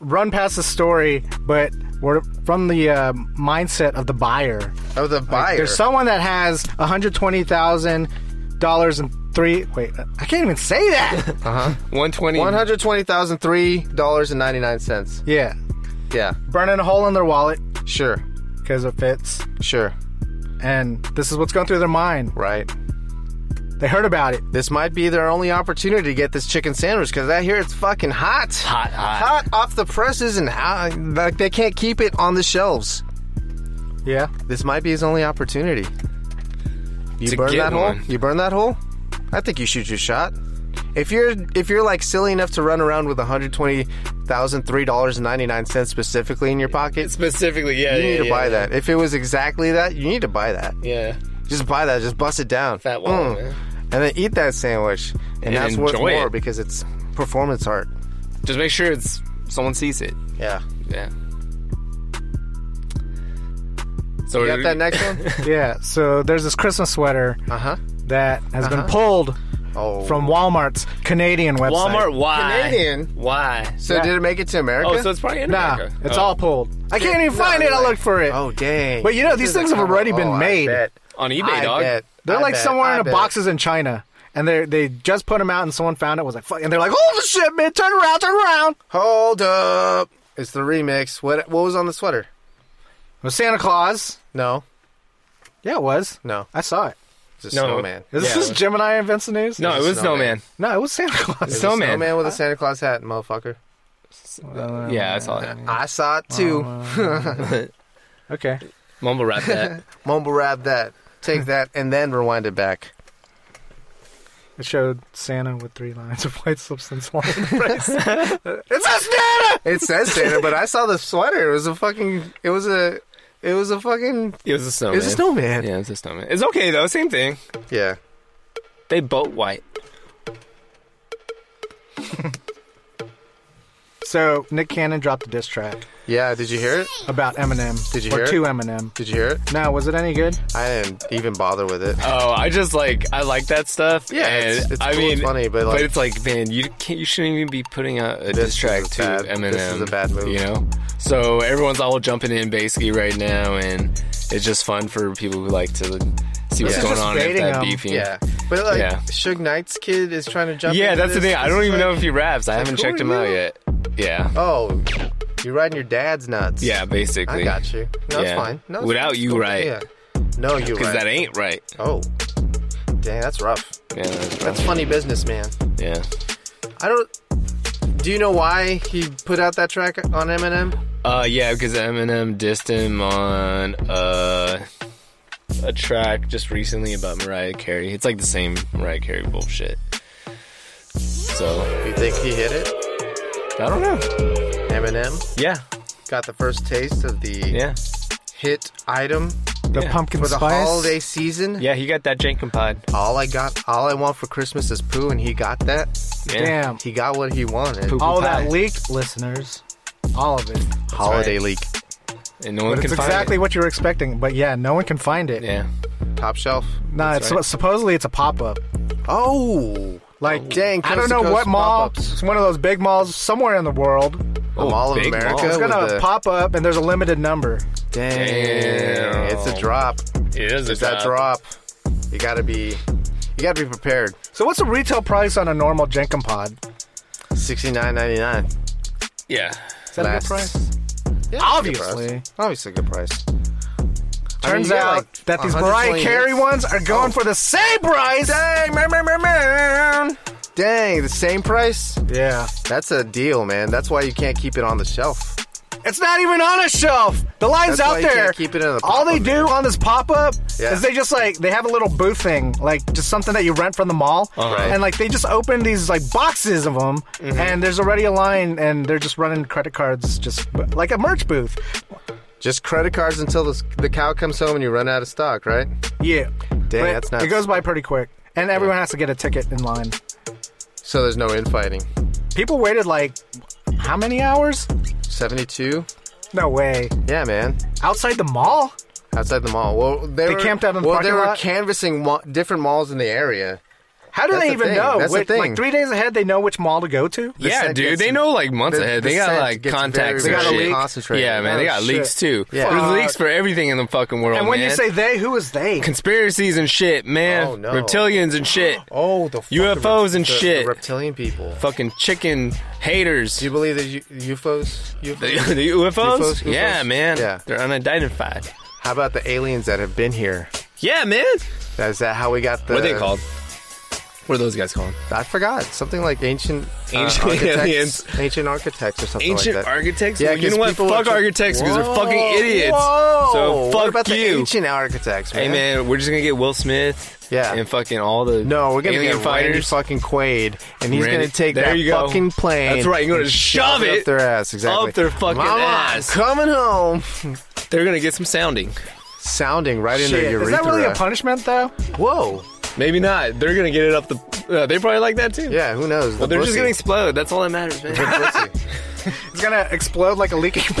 run past the story, but we're from the uh, mindset of the buyer.
Of the buyer.
There's someone that has hundred twenty thousand dollars and three. Wait, I can't even say that.
One twenty.
one hundred twenty thousand three dollars and ninety nine cents.
yeah,
Yeah.
burning a hole in their wallet
Sure.
because it fits,
Sure.
and this is what's going through their mind.
Right.
They heard about it.
This might be their only opportunity to get this chicken sandwich because I hear it's fucking hot.
Hot, hot.
Hot off the presses and how, like they can't keep it on the shelves.
Yeah,
This might be his only opportunity. You
To
burn
get
that
one.
hole? You burn that hole? I think you shoot your shot. If you're if you're like silly enough to run around with 120,000 $3.99 specifically in your pocket,
Specifically, yeah.
you
yeah,
need to
yeah.
buy that. If it was exactly that, you need to buy that.
Yeah.
Just buy that, just bust it down. Mm.
Fat wallet, man.
And then eat that sandwich. And,
And
that's worth
enjoy
more
it.
because it's performance art.
Just make sure it's someone sees it.
Yeah.
Yeah. So
You
we-
got that next one?
yeah. So there's this Christmas sweater
Uh-huh.
that has been pulled
Oh.
from Walmart's Canadian website.
Walmart. Why?
Canadian.
Why?
So
Yeah.
did it make it to America?
Oh, so it's probably in
Nah,
America.
it's
Oh.
all pulled. I can't even
No,
find it. I
like-
looked for it.
Oh dang.
But you know, these
This is
things have
a-
already been
oh, I
made.
bet.
on eBay,
I
dog.
bet.
They're
I
like
bet.
somewhere
I
in a
bet.
boxes in China, and they they just put them out, and someone found it was like, "Fuck!" And they're like, "Holy shit, man! Turn around, turn around!"
Hold up. It's the remix. What what was on the sweater?
It was Santa Claus.
No,
Yeah, it was.
no.
I saw it.
It's a
No.
snowman.
Is
Yeah,
this
it
just Gemini invents the news?
No, it was
Snowman.
snowman.
no, it was Santa Claus.
It's a
Snowman.
snowman with a Santa Claus hat, motherfucker.
Uh, um,
Yeah, I saw that.
I saw it too.
Okay,
Mumble rap that.
Mumble rap that. Take that and then rewind it back.
it showed Santa with three lines of white substance on It's a
It says Santa, but I saw the sweater. It was a fucking. It was a. It was a fucking.
It was a snowman.
It was a snowman.
Yeah, it's a snowman. It's okay though. Same thing.
Yeah.
They both white.
Santa. So Nick Cannon dropped a diss track
Yeah. Did you hear it?
about Eminem.
Did you
or
hear it?
to Eminem?
Did you hear it?
Now, was it any good?
I didn't even bother with it.
Oh, I just like I like that stuff.
Yeah,
and
it's- it's
I
cool,
mean,
it's funny, but, like-
it's like, man, you can't, you shouldn't even be putting out a
This
diss track
is
to
bad.
Eminem.
This is a bad move.
you know. So everyone's all jumping in basically right now, and it's just fun for people who like to see what's
is
going
just
on and if
rating
that
them.
beefing.
Yeah. But like,
Yeah.
Suge Knight's kid is trying to jump.
Yeah,
into
that's the
this.
thing. I
This
don't
is
even
like-
know if he raps. I haven't
who
checked
are
him out
you?
yet. Yeah.
Oh, You're riding your dad's nuts.
Yeah, basically.
I got you. No, it's
Yeah.
fine. No, it's-
Without
it's-
you, right.
Yeah. No, you
Because
right.
that ain't right.
Oh, dang, that's rough.
Yeah, that's
That's
right.
funny business, man.
Yeah.
I don't. Do you know why he put out that track on Eminem?
Uh, yeah, because Eminem dissed him on uh, a track just recently about Mariah Carey. It's like the same Mariah Carey bullshit. So
You think he hit it?
I don't know.
Eminem
Yeah,
got the first taste of the
yeah,
hit item
The
Yeah.
pumpkin
for the
spice.
holiday season.
yeah. He got that Jenkin pod.
All I got, all I want for Christmas is poo, and he got that.
Yeah.
Damn.
He got what he wanted.
All
pie.
that leaked, listeners. All of it.
Holiday
right.
leak,
and no one
But
can
it's
find
exactly what you were expecting. But yeah, no one can find it.
It. Yeah,
top shelf.
Nah,
That's
it's,
right.
supposedly it's a pop up.
Oh,
Like,
Dang,
I don't
coast to
know
coast
what mall.
pop-ups.
It's one of those big malls somewhere in the world.
the Mall of
big
America.
mall.
It's
Oh, was
gonna
the-
pop up, and there's a limited number.
Dang, it's a drop.
It is a
It's that drop. You gotta be, you gotta be prepared.
So what's the retail price on a normal Jenkin pod?
Sixty nine ninety nine.
Yeah,
Is that
Last-
a good price?
Yeah,
Obviously.
good price. obviously a good price. I mean,
Turns
you get,
out
like,
that these
120
Mariah Carey
hits.
ones are
Oh.
going for the same price. Dang, man, man, man, man.
Dang, the same price?
Yeah.
That's a deal, man. That's why you can't keep it on the shelf.
It's not even on a shelf. The line's
That's
out
why you
there.
can't keep it in a
All they
pop-up,
do on this pop up
Yeah.
is they just like they have a little booth thing, like just something that you rent from the mall,
Uh-huh. Right. Mm-hmm.
and like they just open these like boxes of them, and there's already a line, and they're just running credit cards, just like a merch booth.
Just credit cards until the, the cow comes home and you run out of stock, right?
Yeah, dang,
that's nuts.
It goes by pretty quick, and everyone has to get a ticket in line.
So there's no infighting.
People waited like how many hours?
72?
No way.
Yeah, man.
Outside the mall?
Outside the mall. Well, they,
They
were,
camped out in the
Well,
parking
they were
lot?
canvassing ma- different malls in the area.
How do
That's
they
the
even
thing.
know?
That's the
Which-
thing.
Like three days ahead, they know which mall to go to.
yeah,
scent
dude.
gets-
They know like months
the-
ahead.
the
They got
scent
like
gets
contacts.
very,
and
very
shit.
concentrated.
Yeah, man.
Oh,
they got
shit.
leaks too.
Yeah.
There's
Fuck.
leaks for everything in the fucking world.
And when you
man.
say they, who is they?
conspiracies and shit, man,
Oh, no.
reptilians and shit.
Oh, the fucking
UFOs and
the-
shit.
The reptilian people.
fucking chicken haters.
Do you believe the U- UFOs?
the,
UFOs?
the UFOs?
UFOs?
Yeah, man.
Yeah.
They're unidentified.
How about the aliens that have been here?
Yeah, man.
Is that how we got the?
what are they called? What are those guys called?
I forgot. Something like ancient uh,
Ancient
architects,
aliens.
ancient architects, or something
Ancient
like that.
architects?
Yeah,
Well, you
'cause
know what?
people
Fuck
are-
architects because they're
Whoa,
fucking idiots.
whoa.
So
what
fuck
about the
you.
ancient architects, man?
Hey, man, we're just going to get Will Smith
Yeah.
and fucking all the
No, we're gonna
alien
get Randy
fighters.
fucking Quaid, and he's
Randy-
gonna take
there
that
you go.
fucking plane.
That's right, you're gonna
and
shove
up
it
their ass, exactly.
up their fucking
Mama,
ass.
I'm coming home,
They're going to get some sounding.
sounding right in their
Shit,
urethra.
Is that really a punishment though?
Whoa,
Maybe not. They're going to get it up the. Uh, they probably like that too.
yeah, who knows?
Well,
The
they're just
pussy.
going to explode. That's all that matters, man.
The pussy.
It's gonna explode like a leaking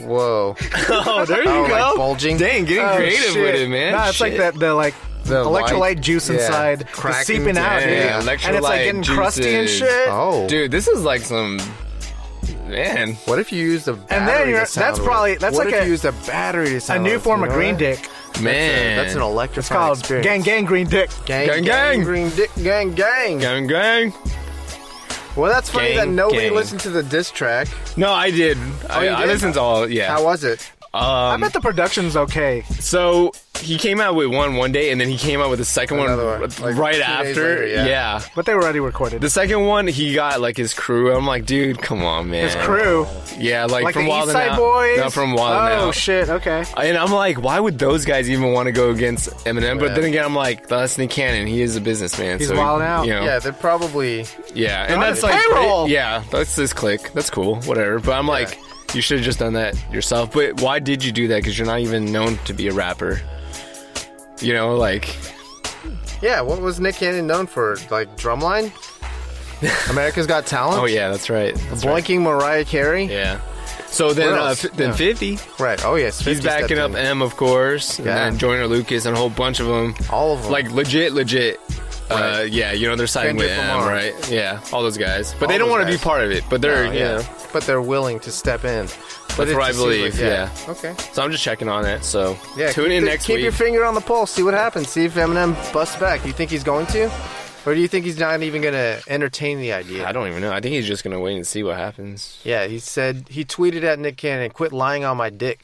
Whoa,
oh, there you
oh,
go.
like bulging.
Dang, getting
Oh,
creative
shit.
with it, man.
Nah, it's like
Shit.
that the like
The
electrolyte
light-
juice
yeah,
inside is
cracking
seeping out,
down.
dude.
Yeah,
and it's like
electrolyte
getting crusty and
juices.
shit.
Oh,
Dude, this is like some man.
What if you used a battery
then you're-
to sound
that's
with?
probably- that's
what
like
if
a-
you used a battery to
A
sound
new
with,
form
you
of
know
green
that?
dick.
Man.
That's an electrified
It's called
experience.
gang gang green dick.
gang,
Gang, gang.
green dick, gang, gang.
gang gang.
Well, that's funny
Gang,
that nobody
gang.
listened to the diss track.
No, I did. I,
Oh, you
I
did?
listened to all. Yeah.
How was it?
I bet the production's okay.
so he came out with one one day, and then he came out with the second one,
Another one,
r-
like two
right
days
after.
later, yeah.
yeah.
But they were already recorded.
The second one, he got like his crew. I'm like, dude, come on, man.
His crew.
Yeah, like,
Like
from
the
Wild
East
and
Side
Out.
Boys.
No, from Wild and
Oh
Out.
shit, okay.
And I'm like, why would those guys even want to go against Eminem? But then again, I'm like, that's Nick Cannon. He is a businessman.
He's
so,
wildin' out.
You know,
Yeah, they're probably.
Yeah, and
on
that's
his
like
payroll.
it- yeah, that's this click. That's cool, whatever. But I'm like, you should have just done that yourself. But why did you do that? Because you're not even known to be a rapper. You know, like
Yeah, what was Nick Cannon known for? Like drumline? America's Got Talent.
oh yeah, that's right. That's right.
Blanking Mariah Carey.
Yeah. So then,
Where
uh,
else?
f- then
Yeah.
Fifty,
Right. Oh yes.
he's
50 stepped
backing up
in.
M, of course,
Yeah.
and then Joyner Lucas and a whole bunch of them.
All of 'em.
Like legit, legit.
Right.
Uh, yeah, you know they're siding
Kendrick
with M,
Lamar.
right? Yeah, all those guys, but
All
they don't
those
want to be
guys.
part of it. But they're
Oh,
you know.
But they're willing to step in. But
That's
it
what I
just seems
believe, yeah.
Okay.
So I'm just checking on it. So
Yeah,
tune
keep
in
the-
next
keep
week.
your finger on the pulse. See what happens. See if Eminem busts back. You think he's going to? Or do you think he's not even going to entertain the idea?
I don't even know. I think he's just gonna wait and see what happens.
Yeah, he said he tweeted at Nick Cannon, "Quit lying on my dick."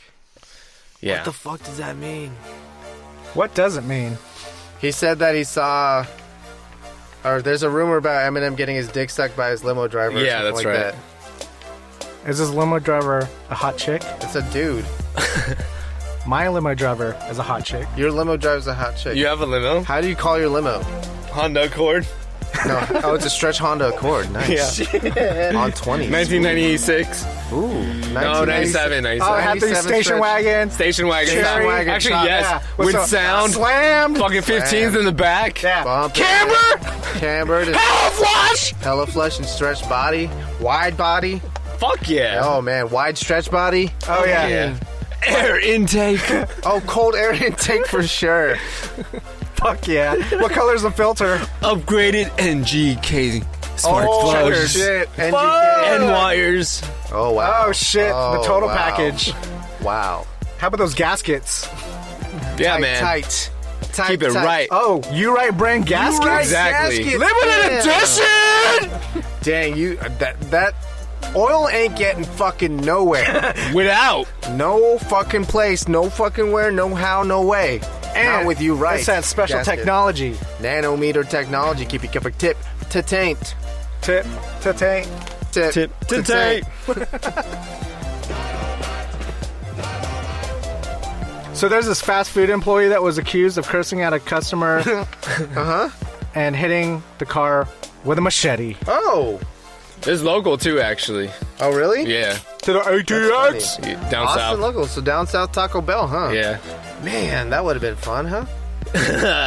Yeah.
What the fuck does that mean?
What does it mean?
He said that he saw, or there's a rumor about Eminem getting his dick sucked by his limo driver. or
Yeah,
something
that's
like
right.
Is this limo driver a hot chick?
That. It's a dude.
My limo driver is a hot chick.
Your limo drives a hot chick.
you have a limo?
How do you call your limo?
Honda Accord?
No, oh, it's a stretch Honda Accord. Nice. On twenty.
1996.
Ooh.
No,
1997.
97,
Oh,
97.
I had these
97
station
stretch.
wagons.
Station wagon.
Station
Stop.
wagon,
Actually,
stop.
yes.
Yeah.
What's
With
up?
sound.
Slammed.
Fucking 15s in the back.
Yeah.
Bump
Camber!
Cambered. and
Power flush!
Hella flush and stretch body. Wide body.
Fuck yeah.
Oh man, wide stretch body.
Oh yeah.
Air intake.
Oh, cold air intake for sure.
Fuck yeah. what color's the filter?
Upgraded NGK smart
oh
plugs.
shit. NGK.
And wires.
Oh wow.
Oh shit.
Oh,
the total
wow.
package.
Wow.
How about those gaskets?
Yeah,
tight,
man.
Tight. Tight,
Keep it
tight.
right.
Oh, you right brand gaskets?
right,
Exactly.
gasket.
Limited
Yeah.
edition.
Dang, you that that oil ain't getting fucking nowhere.
Without.
no fucking place, no fucking where, no how, no way. Not with you right.
It's that special
Gasket.
technology.
Nanometer technology. Keep your cup of tip to taint.
Tip to tank.
Tip
to tape.
So there's this fast food employee that was accused of cursing at a customer. uh huh.
Uh-huh.
And hitting the car with a machete.
Oh.
There's local too, actually.
Oh really?
Yeah.
To the
ATX.
Down
Austin
south.
local, so down south Taco Bell, huh?
Yeah.
Man, that would have been fun, huh?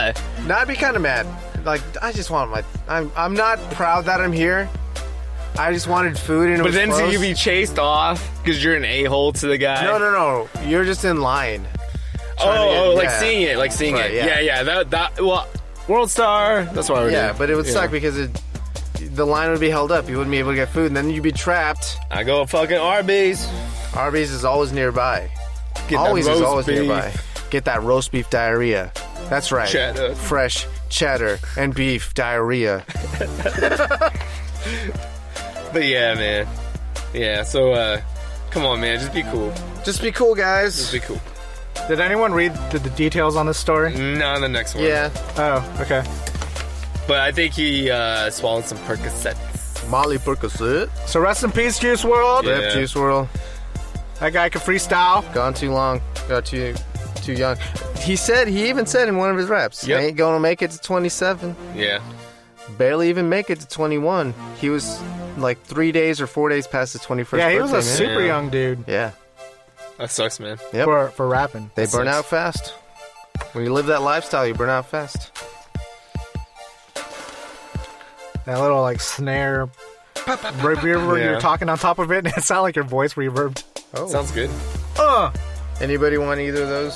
No, I'd be kind of mad. Like, I just want my. I'm, I'm not proud that I'm here. I just wanted food and it
but
was
then so
close.
you be chased off because you're an a hole to the guy.
No, no, no. You're just in line. to get-
Oh, oh, like
yeah.
seeing it, like seeing
Right,
it.
yeah.
Yeah. yeah, That that well, world star. That's why we're
Yeah, but it would suck because it, the line would be held up. You wouldn't be able to get food, and then you'd be trapped.
I go fucking Arby's.
Arby's is always nearby.
Get that
always is
roast
always
beef.
nearby. Get that roast beef diarrhea. That's right.
Cheddar.
Fresh cheddar and beef diarrhea.
But yeah, man. Yeah. So, uh, come on, man. Just be cool.
Just be cool,
Just
guys.
be cool.
Did anyone read the, the details on this story?
Not the next one.
Yeah.
Oh, okay.
But I think he uh, swallowed some Percocets.
Molly Percocet.
So rest in peace, Juice World.
Yeah.
Rip Juice World.
That guy could freestyle.
Gone too long. Got too too young. He said he even said in one of his raps,
Yep.
I ain't gonna make it to 27.
Yeah.
Barely even make it to 21. He was like three days or four days past his 21st.
yeah, he
birthday,
was a
man.
super
Yeah.
young dude
Yeah,
That sucks, man.
Yep.
for for rapping.
they burn
sucks.
out fast. When you live that lifestyle, you burn out fast.
That little like snare. Remember
Yeah.
you're talking on top of it, and it sounded like your voice reverbed.
Oh,
Sounds good.
Uh,
anybody want either of those?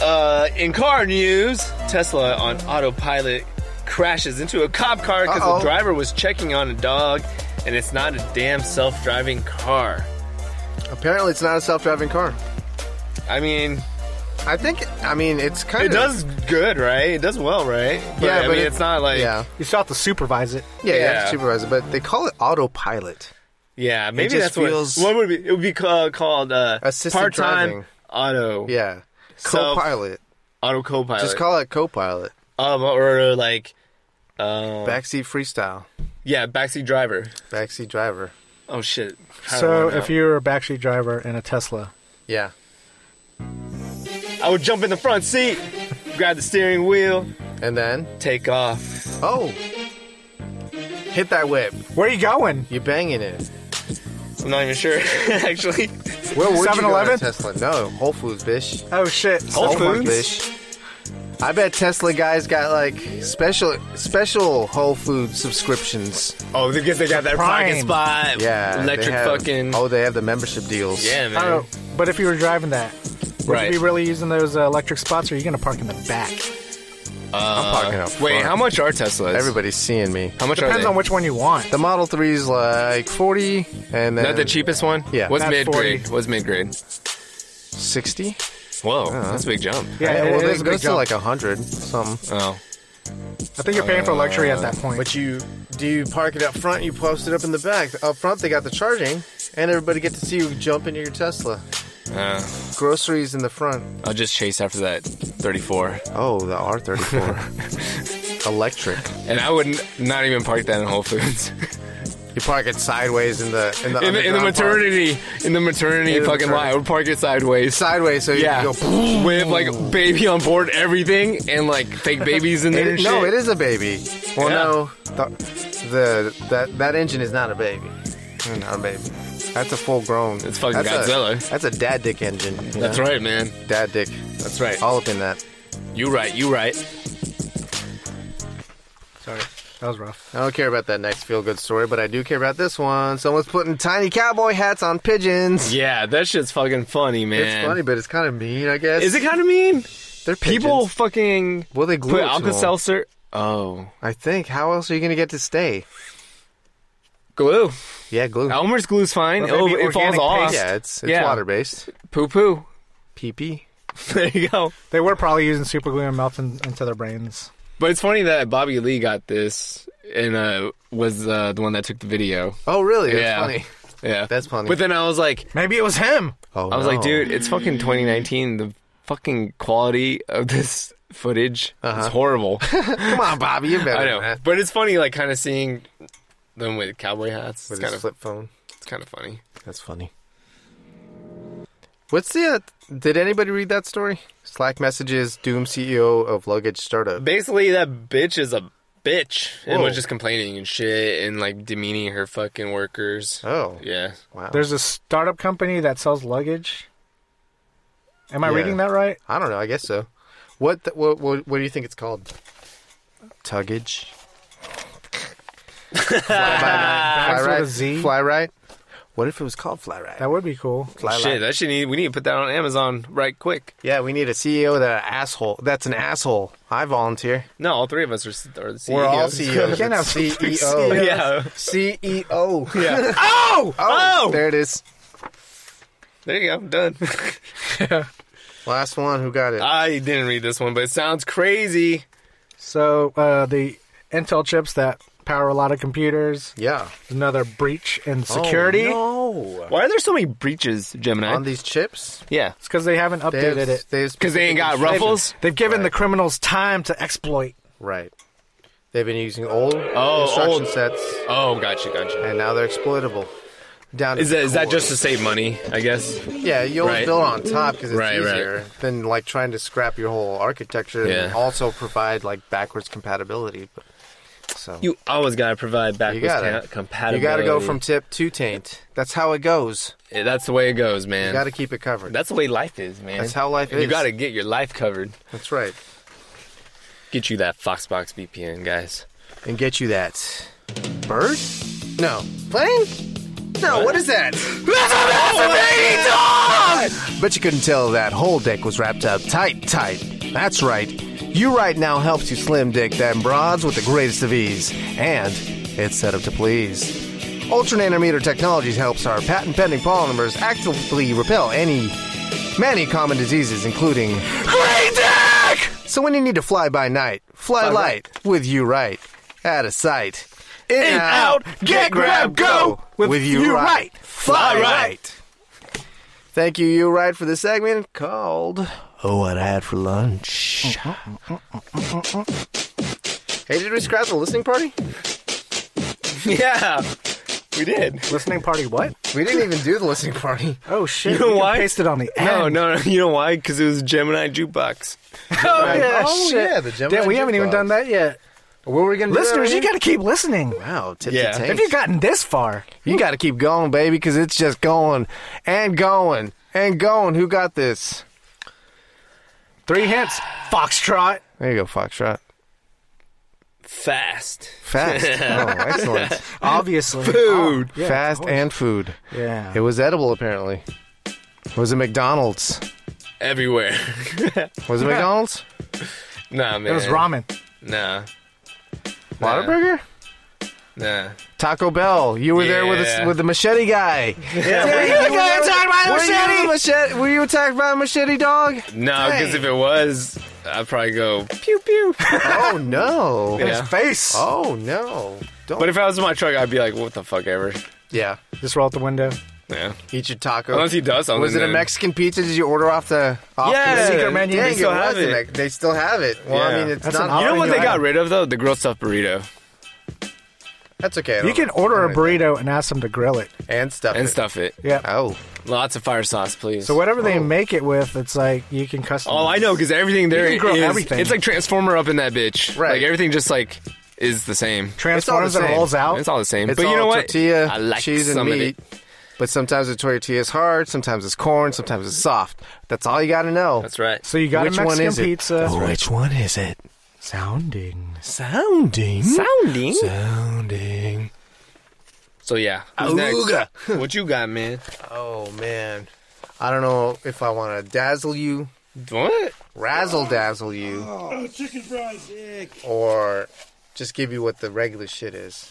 Uh, in car news, Tesla on autopilot crashes into a cop car because
Uh-oh.
the driver was checking on a dog, and it's not a damn self-driving car.
Apparently, it's not a self-driving car.
I mean,
I think. I mean, it's kind
it
of
does good, right? It does well, right? But,
Yeah,
I
but
mean,
it-
it's not like
Yeah,
yeah,
you still have to supervise it.
yeah, yeah.
Yeah.
Supervisor, but they call it autopilot.
maybe
just
that's what-
feels-
what would it be? It would be ca- called uh,
Assisted
part-time
driving.
auto,
Yeah,
Self-
co-pilot.
auto copilot.
Just call it co-pilot.
um, or like, um,
Backseat freestyle.
yeah, backseat driver.
Backseat driver.
Oh shit! How do
So
I know?
if you're a backstreet driver in a Tesla,
Yeah.
I would jump in the front seat, grab the steering wheel,
And then,
take off.
oh, hit that whip.
where are you going?
You banging it.
I'm not even sure, actually.
Where would you go in a
7-Eleven?
Tesla. No, Whole Foods, bitch.
Oh shit!
Whole
Walmart,
Foods?
bitch. I bet Tesla guys got like special special Whole Food subscriptions.
Oh, because they got that
Prime.
pocket spot.
Yeah, they
Electric
have-
fucking.
Oh, they have the membership deals.
yeah, man.
Oh, but if you were driving that, would
Right.
you be really using those uh, electric spots, or are you gonna park in the back?
I'm parking up.
Wait,
front.
how much are Teslas?
Everybody's seeing me.
How much
Depends
are
on
they?
which one you want.
The Model 3's like 40 and then
Not the cheapest one.
Yeah.
What's
Not
mid
40.
grade? What's mid grade?
60.
Whoa, that's a big jump.
Yeah,
well,
it
it
is a
goes
big
to
jump.
like 100 something.
Oh,
I think you're paying for luxury at that point.
But you do you park it up front? You post it up in the back. Up front, they got the charging, and everybody get to see you jump into your Tesla.
Uh,
Groceries in the front.
I'll just chase after that 34.
Oh, the R thirty four. Electric.
And I would n- not even park that in Whole Foods.
You park it sideways in the in the
in, the, in the
underground park.
maternity. In the maternity
In the
fucking lot. I
maternity.
would park it sideways.
sideways, so you
yeah.
can go.
With like baby on board everything and like fake babies in there.
It-
and
no, it
shit.
is a baby. Well,
Yeah.
no, the, the that that engine is not a baby. It's Not a baby. That's a full grown.
It's fucking
that's A,
Godzilla.
that's a dad dick engine.
That's right, man.
Dad dick.
That's right.
All up in that.
You right, you right.
Sorry, that was rough.
I don't care about that next feel good story, but I do care about this one. Someone's putting tiny cowboy hats on pigeons.
Yeah, that shit's fucking funny, man.
It's funny, but it's kind of mean, I guess.
Is it kind of mean?
They're
People
pigeons.
fucking
Well, they glue
put
it to
Alka
them.
Seltzer. Oh,
I think. How else are you going to get to stay?
glue.
Yeah, glue.
Elmer's glue's fine.
Or
Oh,
maybe
it falls
organic
off.
Yeah, it's it's
Yeah.
water based.
Poo poo.
Pee pee.
There you go.
They were probably using super glue and melting into their brains.
But it's funny that Bobby Lee got this and uh, was uh, the one that took the video.
Oh, really? That's
yeah,
funny.
yeah,
That's funny.
But then I was like,
Maybe it was him.
Oh,
I was like,
no.
dude, it's fucking 2019. The fucking quality of this footage is horrible.
Come on, Bobby. You're better
I
Uh-huh. than
know,
that.
but it's funny, like kind of seeing them with cowboy hats.
With
it's
his
kind of
flip phone.
it's kind of funny.
That's funny. What's the? Uh, did anybody read that story? Slack messages Doom CEO of luggage startup.
Basically, that bitch is a bitch and
Whoa.
was just complaining and shit and like demeaning her fucking workers.
Oh,
Yeah,
wow.
There's a startup company that sells luggage. Am I
Yeah.
reading that right?
I don't know. I guess so. What, the, what what what do you think it's called? Tuggage. fly
Bags
by night. Fly
with
right.
a Z?
Fly right. What if it was called fly right?
That would be cool.
Fly right.
shit. That shit need we need to put that on Amazon right quick.
Yeah, we need a CEO that an asshole. That's an asshole. I volunteer.
No, all three of us are, are the E CEOs.
We're all E CEOs.
You can't have
It's
three
CEO.
Yeah.
CEO.
Yeah. oh!
E Oh, there it is.
There you go. Done.
Last one. Who got it?
I didn't read this one, but it sounds crazy.
So uh, the Intel chips that power a lot of computers.
yeah.
Another breach in security.
Oh,
Why are there so many breaches,
no.
Gemini?
On these chips.
yeah.
It's because they haven't
They
updated
have-
it.
they have
Because they ain't got
specific
ruffles?
They've given the criminals time to exploit.
Right. They've been using old
Oh,
instruction
old.
sets,
Oh, gotcha, gotcha.
and now they're exploitable. Down to
Is that, is that
core.
just to save money, I guess?
yeah? You only
Right.
build on top because it's
Right, right.
easier than like trying to scrap your whole architecture and
Yeah.
also provide like backwards compatibility. But, so
You always got to provide
you
backwards
gotta
ca-
you
compatibility.
gotta go from tip to taint. That's how it goes.
Yeah, That's the way it goes,
You
man.
gotta keep it covered.
That's the way life is, man.
That's how life
You
is.
got to get your life covered.
That's right.
Get you that Foxbox VPN, guys.
And get you that bird? No, plane? No, what is that?
Oh,
That's a masturbating dog! Bet you couldn't tell that whole dick was wrapped up tight, tight. That's right. You Right Now helps you slim dick them broads with the greatest of ease. And it's set up to please. Ultra Nanometer Technologies helps our patent pending polymers actively repel any many common diseases, including Great Dick! So when you need to fly by night, fly, light with you right. Out of sight. In,
out, get, grab, go
with, you, right. Fly right. Thank you, you right, for the segment called Oh What I Had for Lunch. Hey, did we scratch the listening party?
yeah, we did.
Listening party, what?
We didn't even do the listening party.
Oh shit!
You know
we can
why?
Paste it on the
No,
end.
no, no. You know why? Because it was Gemini Jukebox.
Oh yeah,
Oh,
shit.
yeah, the Gemini
Damn, we haven't even
jukebox.
done that yet.
What were we gonna
Listeners,
do?
you got to keep listening.
Wow, tip
Yeah.
to
If
tank.
If you've gotten this far,
You got to keep going, baby, because it's just going and going and going. Who got this?
three hints. Foxtrot.
There you go, Foxtrot.
Fast.
Fast. oh, excellent.
Obviously.
Food.
Yeah,
Fast
of course.
and food.
Yeah.
It was edible, apparently. Was it McDonald's?
Everywhere.
Was it McDonald's?
nah, man.
It was ramen.
Nah.
Whataburger?
Nah.
Taco Bell. You were there with the,
Yeah.
with the machete guy. Yeah, were you the guy attacked by the machete? Were you attacked by a machete dog?
No, because
Dang.
if it was, I'd probably go pew pew.
Oh no.
Yeah.
Face.
Oh no. Don't.
But if I was in my truck, I'd be like, what the fuck ever.
yeah.
Just roll out the window.
Yeah.
Eat your taco.
Unless he does something.
was it a
then-
Mexican pizza? Did you order off the off
Yeah,
the
Secret
menu.
Dang,
they still
it
have
was a
it.
Mex- they still have it. Well, I
Yeah.
mean, it's
That's an
not.
You know
option.
what they
Alright.
got rid of though? The grilled stuffed burrito
That's okay. I
You
don't-
can order a
I don't-
burrito and ask them to grill it.
and stuff
and
it.
stuff it.
Yeah.
Oh,
Lots of fire sauce, please.
So whatever they
Oh.
make it with, it's like you can customize.
Oh, I know because everything there
You can grow
is-
everything.
It's like Transformer up in that bitch.
Right.
Like everything just like is the same.
Transforms
It's all the
and
same.
rolls out.
It's all the same.
it's
but you
all
know what?
tortilla,
I like
cheese, and
some of
meat.
it.
But sometimes the tortilla is hard. Sometimes it's corn. Sometimes it's soft. That's all you got to know.
That's right.
so you got
Which
a
one
Mexican
is it?
pizza.
Which one is it?
Sounding.
Sounding.
Sounding.
Sounding.
So yeah. Who's
Auga.
next? what you got, man?
Oh man, I don't know if I want to dazzle you,
What?
razzle dazzle you, or just give you what the regular shit is.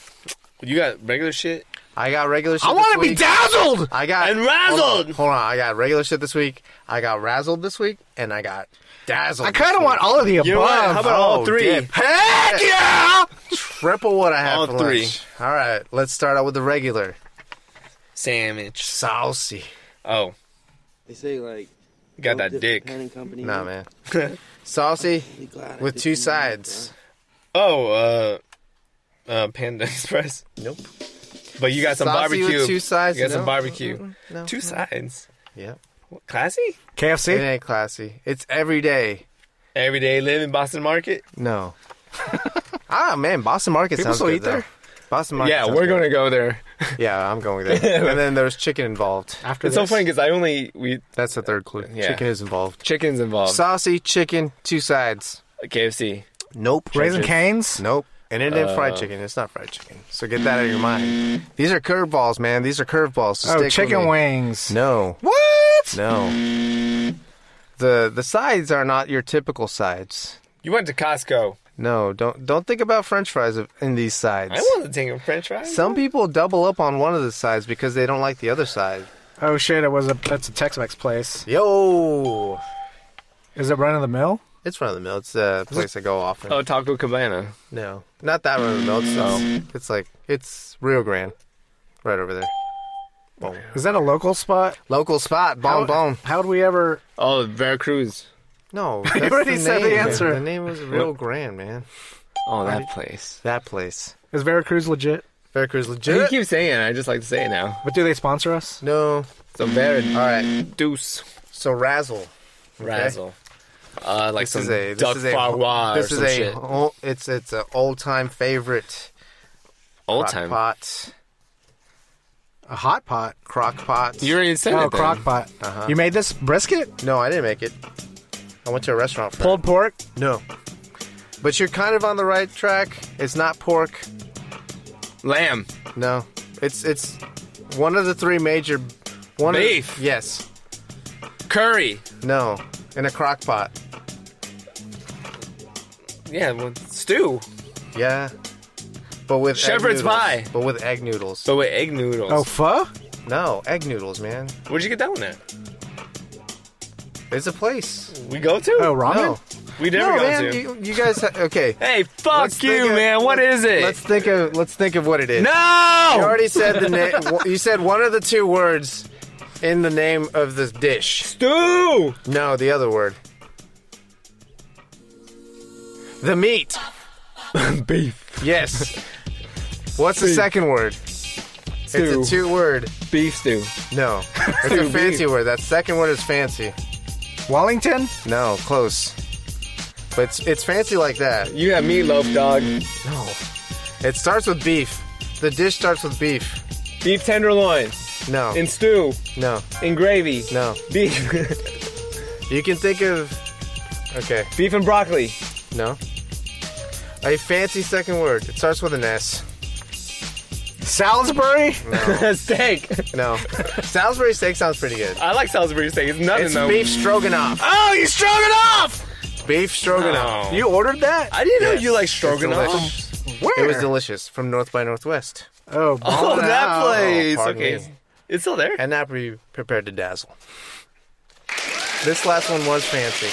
You got regular shit?
I got regular shit.
wanna
want to
dazzled.
I got
and
hold on,
razzled.
Hold on, I got regular shit this week. I got razzled this week, and I got dazzled.
I kind
this
of want
week.
all of the above.
You know what? How about all
Oh,
three?
damn.
Heck yeah!
triple what I had
All
for
three.
lunch. All right, let's start out with the regular
Sandwich.
saucy.
Oh,
They say like
you got that dick.
company.
Nah, man, saucy with two sides.
Oh, uh, uh, Panda Express.
Nope.
But you got some
Saucy with
barbecue.
two sides?
You got some
No.
barbecue.
No,
Two sides.
Yeah,
What, classy.
it
KFC?
ain't classy. It's every day.
Everyday living Boston Market.
No. ah man, Boston Market
People
sounds
still
good
eat there?
though. Boston Market.
yeah,
sounds
we're
good.
gonna go there.
Yeah, I'm going there. and then there's chicken involved.
After
It's so
this.
funny because I only we
That's the third clue.
Yeah.
Chicken is involved.
chickens involved.
Saucy chicken, two sides.
KFC.
Nope.
Raising Canes?
Nope. And it ain't
Uh.
fried chicken. It's not fried chicken. So get that out of your mind. These are curveballs, man. These are curveballs. So stick
Oh,
with
chicken
me.
wings.
No.
What?
No. The the sides are not your typical sides.
You went to Costco.
No, don't don't think about French fries in these sides.
I want to take a French fry.
Some people double up on one of the sides because they don't like the other side.
Oh shit! It was a that's a Tex-Mex place.
Yo,
Is it run of the mill?
it's run of the mill. It's a place I go often.
Oh, Taco Cabana.
No, not that run of the mill.
Oh.
It's, it's, it's like it's Rio Grande, right over there.
Is that a local spot?
Local spot, bon bon.
How would we ever?
Oh, Veracruz.
No, that's
already
the
said the
name.
answer.
The name was Rio Grande, man.
Oh, that place.
That place.
Is Veracruz legit?
Veracruz
You
legit.
keep saying it. I just like to say it now.
But do they sponsor us?
No.
So Veracruz.
All right.
Deuce.
So razzle.
Razzle. Uh, like
This
some
is a this
duck
is a
foie
this
or
is
some
a
shit.
whole- it's it's an old time favorite.
Old
crock
time.
pot,
A hot pot.
crock pot.
You already said
Oh,
it. then.
crock pot.
Uh-huh.
You made this brisket,
No, I didn't make it. I went to a restaurant for
pulled pork.
it. No. But you're kind of on the right track. It's not pork.
Lamb.
No. It's it's one of the three major one of-
Beef.
yes.
Curry.
No. In a crock pot.
Yeah, well, stew.
Yeah. But with egg
Shepherd's
noodles.
pie.
But with egg noodles.
So with egg noodles.
Oh, pho.
No, egg noodles, man.
Where'd you get that one at?
It's a place.
We go to?
Oh, ramen.
No.
we never
no,
go
man.
to.
You, you guys ha- okay.
Hey, fuck
Let's
you,
think of-
man. What
let's-
is it?
Let's think of let's think of what it is. You
no!
already said the name. you said one of the two words in the name of this dish.
Stew!
No, the other word. The meat.
Beef.
Yes. What's the second word?
Stew.
It's a two word.
Beef stew.
No. It's a fancy word. That second word is fancy.
Wellington.
No, close. But it's, it's fancy like that.
You got meatloaf, dog.
No. It starts with beef. The dish starts with beef.
Beef tenderloin.
No.
In stew.
no.
In gravy.
Oh. No.
Beef.
You can think of. Okay.
Beef and broccoli.
No. A fancy second word. It starts with an S.
Salisbury.
Mm.
Oh.
steak.
No. Salisbury steak sounds pretty good.
I like Salisbury steak. It's nothing,
It's
though.
beef stroganoff.
Oh, you strong enough!
Beef stroganoff.
No.
You ordered that?
I didn't know
Yes.
Oh. you like
It's
stroganoff.
delicious.
Where?
It was delicious from North by Northwest.
oh,
Oh,
ballin'
that
out.
place.
pardon
okay.
me.
It's still there.
And now be prepared to dazzle. This last one was fancy.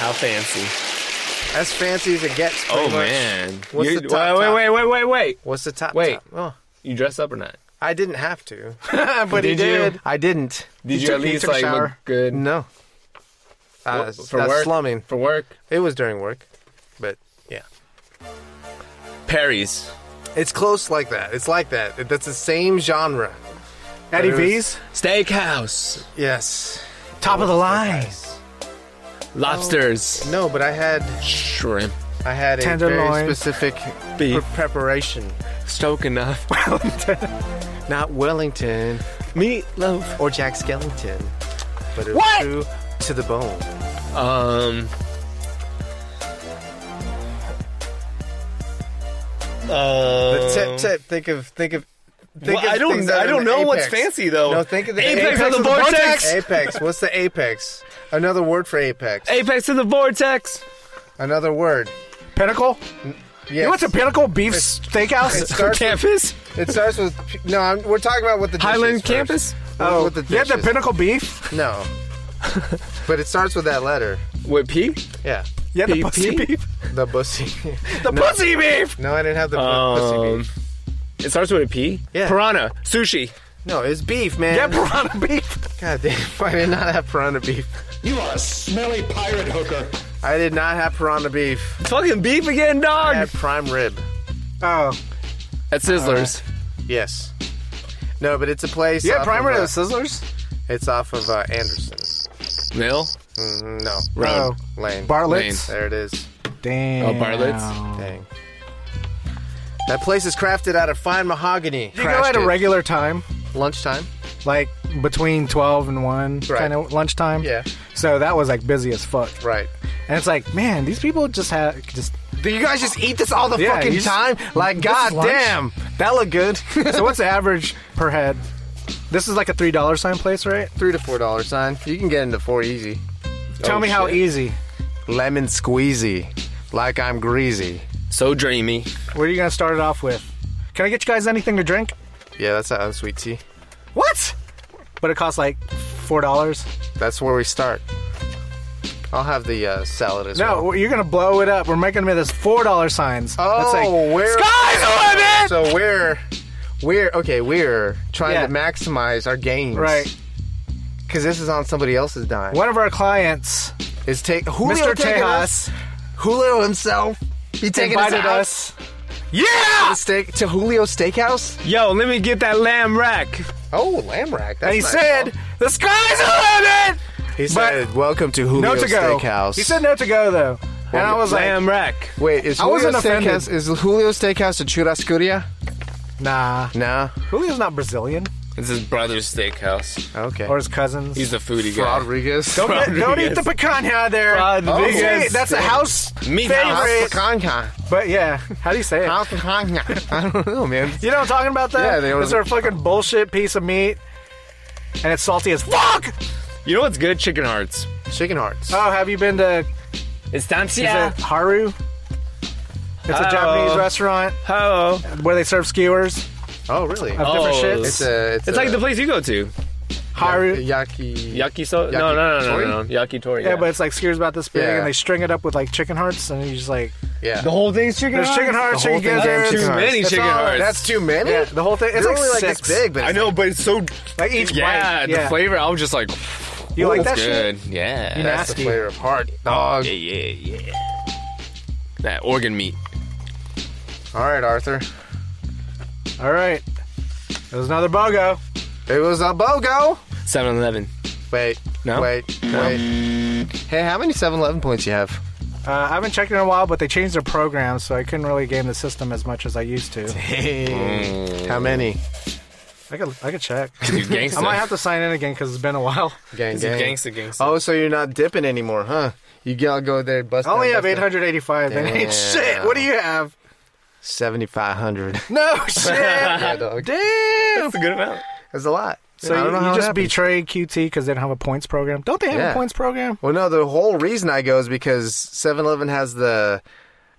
How fancy.
As fancy as it gets. pretty
Oh,
much.
man.
What's
You-
the top,
wait,
top?
wait, wait, wait, wait, wait.
What's the top?
Wait.
top? Oh,
You dress up or not?
I didn't have to, but he
Did you?
did. I didn't.
Did
He
you
took-
at
he
least
took a
like look
shower.
good?
No.
Wha-
Uh, that's slumming.
For work,
It was during work, but yeah.
Perry's.
It's close like that. It's like that. It- That's the same genre.
Eddie
It was-
V's?
Steakhouse,
Yes.
Top of the line.
lobsters,
No, but I had
shrimp,
I had a
Tenderloin.
very specific
beef,
pre- preparation.
stoke enough.
Not Wellington
Meatloaf.
or Jack Skellington, but it was
What?
true to the bone.
Um.
The
Uh,
tip, tip. Think of, think of. Think
Well,
of
I don't-
things that
I
are in
don't
the
know what's
apex.
fancy, though.
No, think of the
Apex of the vortex?
Apex. What's the apex? Another word for apex.
apex of the vortex.
Another word.
Pinnacle?
Yes.
You went to Pinnacle Beef
It's-
Steakhouse?
it starts
Campus,
With, it starts with p- no. I'm, we're talking about what the dish is
Highland
first.
campus.
What-
Oh,
what the
you had the
dish is.
Pinnacle Beef?
No. but it starts with that letter.
With P?
Yeah.
You had the
Beef,
Pussy
beef?
Beef?
The pussy.
The Pussy Beef!
no, I didn't have the pu- pussy
Um,
beef.
it starts with a P.
Yeah.
Piranha, sushi.
No, it's beef, man.
Yeah, piranha beef.
God damn, I did not have piranha beef.
You are a smelly pirate hooker.
I did not have piranha beef.
Fucking beef again,
I
dog.
had prime rib.
Oh,
At Sizzlers.
Yes. No, but it's a place.
yeah,
off
prime
of,
rib
uh,
and sizzlers.
It's off of uh, Anderson.
Mill.
Mm, no,
Road.
Lane.
Bartlett's.
there it is.
Damn.
Oh, Bartlett's?
Dang. That place is crafted out of fine mahogany.
You go at a regular time,
lunchtime.
like between 12 and 1,
Right.
kind of lunchtime.
Yeah.
So that was like busy as fuck.
Right.
And it's like, man, these people just have, just,
Do you guys just eat this all the
Yeah,
fucking
you just-
time? Like,
This is
god
lunch?
damn, that looked good.
so what's the average per head? This is like a $3 sign place, right?
Three to four dollar sign. You can get into four easy.
Tell me how
shit.
easy.
Lemon squeezy, like I'm greasy.
So dreamy.
What are you going to start it off with? Can I get you guys anything to drink?
Yeah, that's not unsweet tea.
What? But it costs like $4.
That's where we start. I'll have the uh, salad as well.
No, you're gonna blow it up. We're making them this four dollar signs.
Oh,
That's like,
we're
sky's the limit.
so we're we're okay. We're trying
Yeah.
to maximize our gains,
Right.
Because this is on somebody else's dime.
One of our clients,
is take Julio
Mr.
taking us?
Tejas,
Julio himself. He taking us
invited
out
us.
to the steak to Julio's Steakhouse.
Yo, let me get that lamb rack.
Oh, lamb rack. That's
And he
nice.
said, "The sky's the limit."
He said, "Welcome to Julio's
No to go.
Steakhouse."
He said no to go though, and I was like,
lamb rack.
"Wait, is
I
Julio's
wasn't offended.
Steakhouse is Julio's Steakhouse a churrascaria?"
"Nah,
Nah.
Julio's not Brazilian
It's his brother's steakhouse.
Okay.
or his cousins."
He's the foodie guy.
Rodriguez.
don't, get- don't eat
Rodriguez.
the pecan out there.
Rodriguez.
See, that's a house
Me house
favorite.
Kanga.
But yeah, how do you say it?
House Kanga. I don't know, man.
You know what I'm talking about that?
Yeah, they
It's
was-
our fucking bullshit piece of meat, and it's salty as fuck.
You know what's good? Chicken hearts.
Chicken hearts.
Oh, have you been to
It's Estancia.
Is it Haru? It's a
Hello.
Japanese restaurant
Hello.
where they serve skewers
Oh, really?
of different
Oh,
shits.
It's a. It's,
It's
a
like the place you go to.
Haru. Yeah,
yaki.
Yaki so no, no, no, no, no, no.
Yakitori?
Yakitori. Yeah,
but it's like skewers about this big,
Yeah.
and they string it up with like chicken hearts, and you just like
Yeah.
whole thing's chicken
there's chicken hearts,
The whole
chicken
thing's
gizzards.
damn
Too
chicken hearts.
many
It's
chicken
all-
hearts.
That's too many.
Yeah, the whole thing. It's
They're
like
only like
six.
this big, but
I know, but it's so.
Like each
Yeah,
bite.
the
yeah.
flavor. I was just like,
You like that shit?
good. Yeah.
You
that's
nasty.
the flavor of heart, dog.
yeah, yeah, yeah. That organ meat.
All right, Arthur.
All right. It was another BOGO.
It was a bogo.
7 Eleven.
Wait.
No?
Wait. Wait. Hey, how many 7-Eleven points you have?
Uh, I haven't checked in a while, but they changed their program, so I couldn't really game the system as much as I used to.
How many?
I could, I could check.
Dude, gangsta.
I might have to sign in again because it's been a while.
Gang,
It's a gangsta, gangsta.
Oh, so you're not dipping anymore, huh? Oh, You gotta go there, bust.
I only
down,
have
bust down.
885. That ain't shit. What do you have?
7,500.
No shit.
yeah, dog.
That's a good amount.
That's a lot.
So
I don't
you,
know
you
how it
just
happens.
betrayed QT because they don't have a points program. Don't they have a
Yeah.
points program?
Well, no, the whole reason I go is because 7-Eleven has the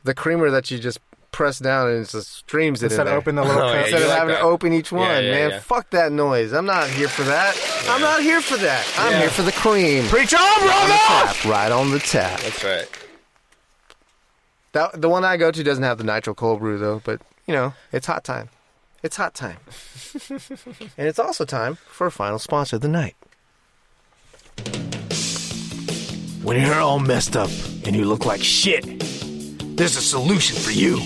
the creamer that you just press down and it just streams it
Instead
in
of
there.
open the little
Oh, yeah,
cup.
Instead
you
of
like
having
that.
to open each one,
Yeah, yeah,
man.
yeah.
Fuck that noise. I'm not here for that. I'm not here for that. I'm
Yeah.
here for the cream.
Preach on, brother!
Tap right on the tap.
That's right.
That, the one I go to doesn't have the nitro cold brew though, but you know, it's hot time. It's hot time. and it's also time for our final sponsor of the night.
When you're all messed up and you look like shit, there's a solution for you.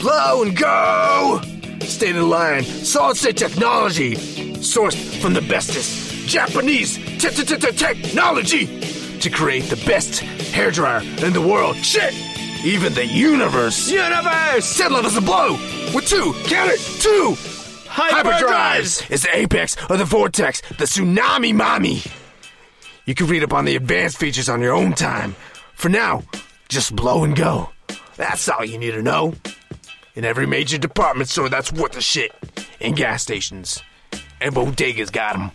Blow and go! State of the Line, solid state technology, sourced from the bestest Japanese te- te- te- te- technology to create the best hairdryer in the world. Shit! Even the universe. Universe! Ten levels of blow with two, count it, two hyperdrives is the apex of the vortex, the tsunami mommy. You can read up on the advanced features on your own time. For now, just blow and go. That's all you need to know. In every major department store that's worth a shit, and gas stations, and bodegas got 'em.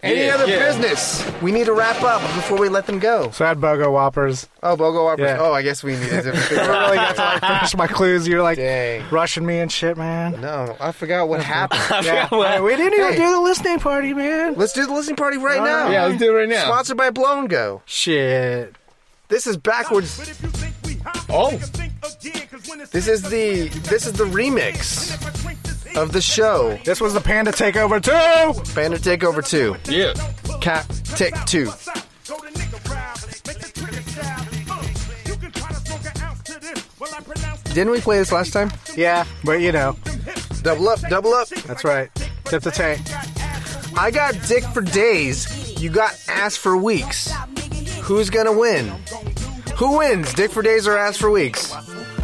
Any
Yeah,
other
yeah.
business? We need to wrap up before we let them go.
So I had Bogo Whoppers.
Oh, Bogo Whoppers.
Yeah.
Oh, I guess we need a different thing.
Never really got to like finish my clues. You're like
Dang.
rushing me and shit, man.
No, I forgot what happened.
Yeah. Hey, we didn't even
Hey.
do the listening party, man.
Let's do the listening party right now.
Yeah, let's do it right now.
Sponsored by Blow and Go.
Shit.
This is backwards.
Oh.
This is the this is the remix of the show.
This was the Panda Takeover too.
Banner Takeover 2.
Yeah.
Cat Take 2.
Uh,
Didn't we play this last time?
Yeah, but you know,
Double up, double up.
that's right. Tip the tank.
I got dick for days. You got ass for weeks. Who's gonna win? Who wins? Dick for days or ass for weeks?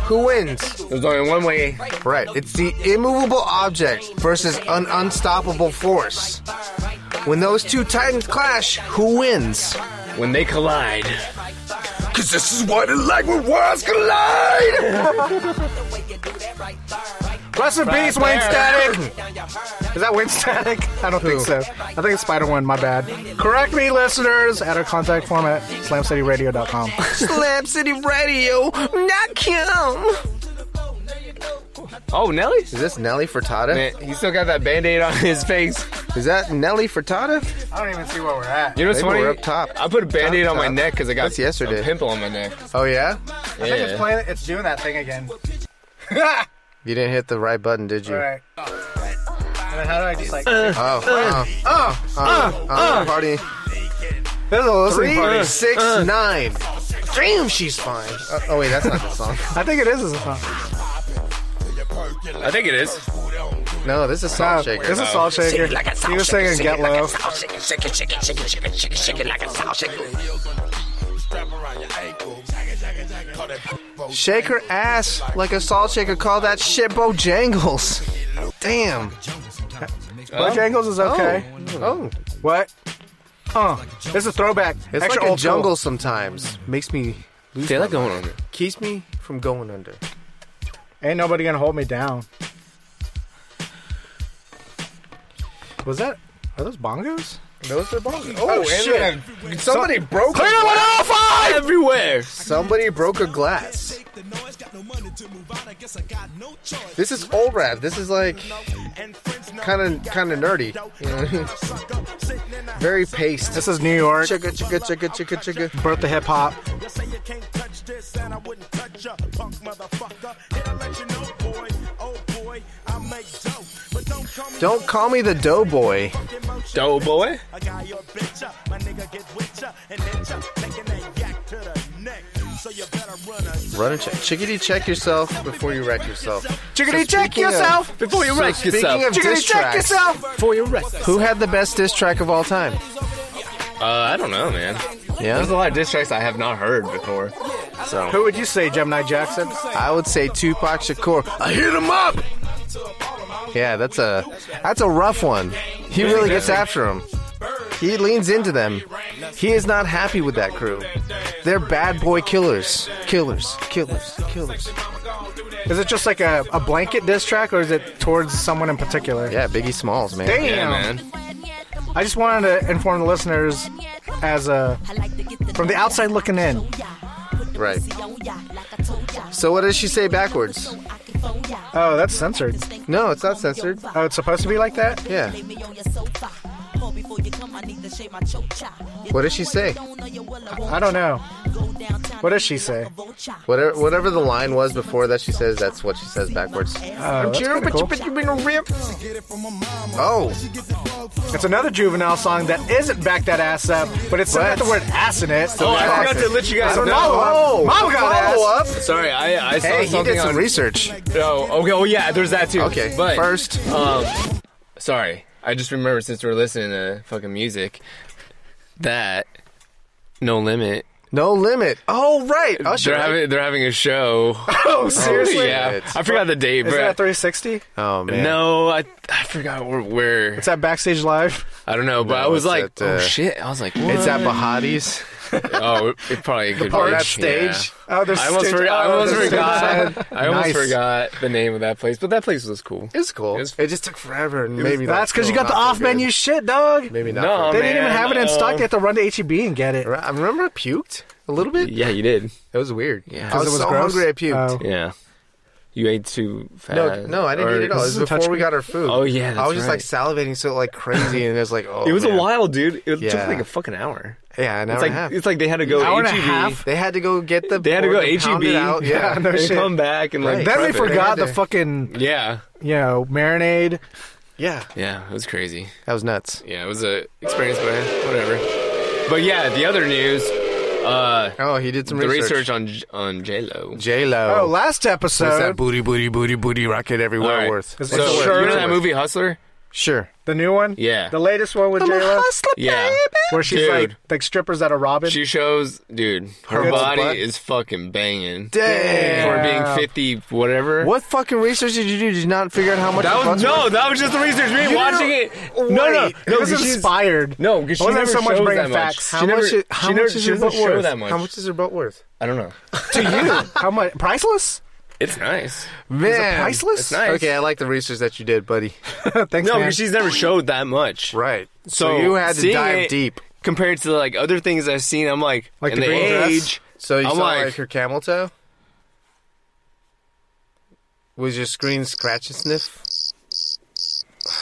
Who wins?
There's only one way.
Right. It's the immovable object versus an unstoppable force. When those two titans clash, who wins?
When they collide.
Cause this is what it like when worlds collide!
Rest in peace, Wayne
there.
Static. Is that Wayne Static? I don't think
Who?
so. I think it's Spider One. My bad. Correct me, listeners. At our contact form at slamcityradio.com.
Slam City Radio, not Kim.
Oh, Nelly?
Is this Nelly Furtado?
Man, he still got that band-aid on his face.
Is that Nelly Furtado?
I don't even see where we're at.
You know what's
Maybe
funny?
we're up top.
I put a band-aid
Top,
on my
top.
neck because I got
That's yesterday.
a pimple on my neck.
Oh yeah,
Yeah.
I think it's playing. It's doing that thing again.
you didn't hit the right button, did you?
All right. And then how do I just like?
Oh, oh, oh, oh, oh, party.
There's a listening
Three,
party.
six, nine. Damn, she's fine. Uh, oh wait, that's not the song.
I think it is a song.
I think it is.
No, this is Salt
Uh,
Shaker.
this is Salt Shaker. He was singing Get Low.
Oh,
Shake her ass like a salt shaker. Call that shit Bojangles. Damn.
Bojangles is okay.
Oh,
What? Uh, it's a throwback.
it's
Extra
like a
old school.
jungle sometimes. Makes me lose.
They're
my
like going on.
mind. Keeps me from going under.
Ain't nobody gonna hold me down. Was that? Are those bongos?
Those are bongos.
Oh,
shit!
Somebody broke Clear it off ah, everywhere.
Somebody broke a glass. This is old rap. This is like kind of kind of nerdy. you know? Very paced.
This is New York.
Chicka chicka chicka chicka chicka.
Birth of hip hop.
Don't call me the doughboy.
Doughboy.
Run and check. Chickadee, check yourself before you wreck yourself.
Chickadee,
So
check
speaking of-
yourself.
Before you
So
wreck
speaking
yourself.
of
Chickadee,
diss
check
tracks,
yourself.
Before you wreck.
Who had the best diss track of all time?
Uh, I don't know, man. There's a
Yeah,
lot of diss tracks I have not heard before.
Who would you say, Gemini Jackson?
I would say Tupac Shakur.
I hit 'em up!
Yeah, that's a that's a rough one. He really gets after them. He leans into them. He is not happy with that crew. They're bad boy killers. Killers. Killers. Killers.
Is it just like a, a blanket diss track, or is it towards someone in particular?
Yeah, Biggie Smalls, man.
Damn.
Yeah, man.
I just wanted to inform the listeners as a from the outside looking in.
Right. So what does she say backwards?
Oh, that's censored.
No, it's not censored.
Oh, it's supposed to be like that?
Yeah.
What does she say?
I don't know. What does she say? Oh,
Whatever, whatever the line was before that she says, that's what she says backwards.
Oh, that's kinda cool.
you've been a rip. Oh,
It's another juvenile song that isn't back that ass up, but it's got the word ass in it.
Oh, I forgot to let you guys
So
know.
follow up.
Oh,
Mama got
follow
ass.
up.
Sorry, I, I saw
Hey, he
something
did some
on-
research.
Oh, okay. Oh, yeah. There's that too.
Okay,
but
first,
sorry, I just remembered since we're listening to fucking music that No Limit.
no limit. Oh, right, Usher.
They're having they're having a show.
Oh, seriously?
yeah,
Shit.
I forgot the date,
Is that
but
360?
Oh man,
no, I I forgot where. where.
It's at Backstage Live.
I don't know, but
No,
I was
it's
like,
at, uh,
oh shit! I was like,
it's
what?
at Bahati's.
oh, it, it probably could
part
be.
at stage?
Yeah.
Oh, there's
I almost,
stage-
forgot. I
oh,
almost
there's stage
forgot.
side.
I almost
Nice.
forgot the name of that place, but that place was cool.
It's cool.
It's-
it just took forever. And maybe
That's because you
still
got the
not so
off menu
good.
shit, dog.
Maybe not.
No,
so
They
good.
didn't even have it in stock. They had to run to HEB and get it.
Right, I remember I puked a little bit.
Yeah, you did.
It was weird. Yeah, I
'Cause
was,
it was
so
gross?
hungry I puked.
Oh.
Yeah. You ate too fast.
No, no, I didn't
or-
eat it all. It
This
was
is a touch
before we
screen?
got our food.
Oh, yeah,
I
that's
was just like
right.
salivating so like crazy, and it was like, oh,
It was
man.
a while, dude. It
Yeah.
took like a fucking hour.
Yeah, an hour
It's like
and a half.
it's like they had to go
Hour and a
HEB.
half?
They had to go get the.
They had to go E
pork and pound
HEB.
it out. Yeah,
no
and
shit.
come back and like.
Right.
Then they
prep it.
forgot the
to-
fucking,
Yeah,
you know, marinade.
yeah.
yeah, it was crazy.
That was nuts.
Yeah, it was a experience, but whatever. But yeah, the other news, uh,
Oh, he did some
the
research.
research on J- on J Lo.
J Lo.
Oh, last
What's that
episode,
booty, booty, booty, booty rocket everywhere worth?
It's
So
the
you
word?
remember that movie Hustler?
Sure.
the new one,
Yeah.
the latest one with J Lo,
Yeah,
where she's
Dude.
like like strippers that are robbing.
she shows, dude, her
Her
body
butt.
is fucking banging
Damn.
for being fifty, whatever.
What fucking research did you do? Did you not figure out how much?
That
the butts
was no,
were?
that was just the research. Me watching it. No, no,
Wait,
no.
it was
'cause she's-
inspired.
No, because she
I wasn't
never
so much
shows
bringing
that much.
facts.
She
How
never-
much?
she
Is, how
never-
much is
she
her
doesn't
butt
show
worth?
that much.
How much is her butt worth?
I don't know.
to you, how much? Priceless?
It's nice.
Man,
priceless?
It's nice.
Okay, I like the research that you did, buddy.
Thanks,
No,
man.
because she's never showed that much.
Right.
So,
you had to
seeing
dive
it
deep.
Compared to like other things I've seen, I'm like,
Like
in
the
the,
green dress?
age.
So you
I'm
saw
like-
like, her camel toe. Was your screen scratch and sniff?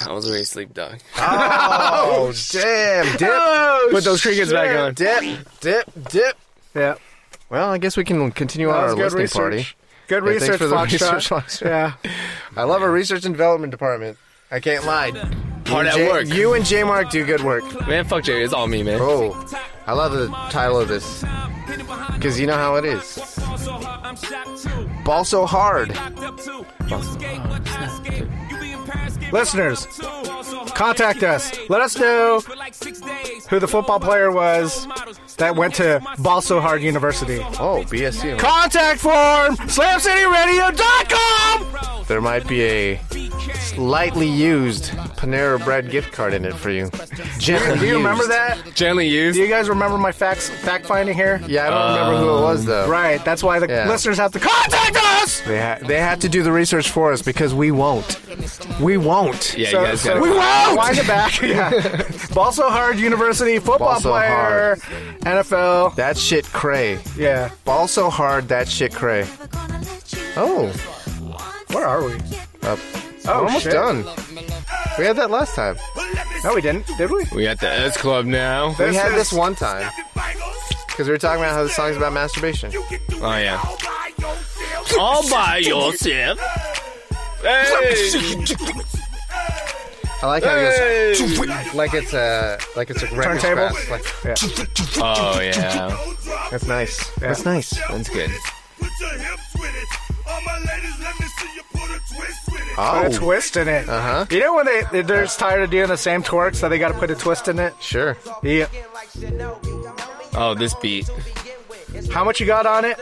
I was already asleep, dog.
Oh damn! Dip,
Put those crickets back on.
dip, dip, dip.
Oh,
yeah,
Well, I guess we can continue on
that
our
was good
listening party.
research. Good
Yeah, thanks
research,
for the
Foxtrot.
research, Foxtrot.
Yeah,
I love our research and development department. I can't lie.
Hard
You and
at
J-
work.
You and J Mark do good work.
Man, fuck Jerry. It's all me, man.
Oh, I love the title of this because you know how it is. Ball so hard.
listeners, contact us. Let us know who the football player was that went to Balso Hard University.
Oh, BSU.
Contact form slamcityradio.com.
There might be a slightly used Panera Bread gift card in it for you. Gently
Do you remember
used.
that?
Gently used.
Do you guys remember my facts fact finding here?
Yeah, I don't remember
Um,
who it was though.
Right. That's why the
Yeah.
listeners have to contact us.
They, ha- they had to do the research for us because we won't. We won't.
yeah,
So-
you guys
so-
got
we
it.
won't. Wind it back. Yeah. Balso Hard University football
Balso
player,
Hard.
NFL.
That shit cray.
Yeah.
Ball so hard, that shit cray. Oh,
Where are we?
Up.
Oh,
almost
shit.
done. We had that last time.
No, we didn't. Did we?
We at the S Club now.
we had
is-
this one time because we were talking about how the song's about masturbation.
Oh yeah. all by yourself. Hey.
I like how
Hey.
it goes like it's a like it's a record
Turntable?
scratch. Like,
Oh yeah.
that's nice. That's nice.
That's good.
Put a
Oh,
twist in it. Uh huh. You know when they they're just tired of doing the same twerk, so they got to put a twist in it.
sure.
Yeah.
Oh, this beat.
How much you got on it?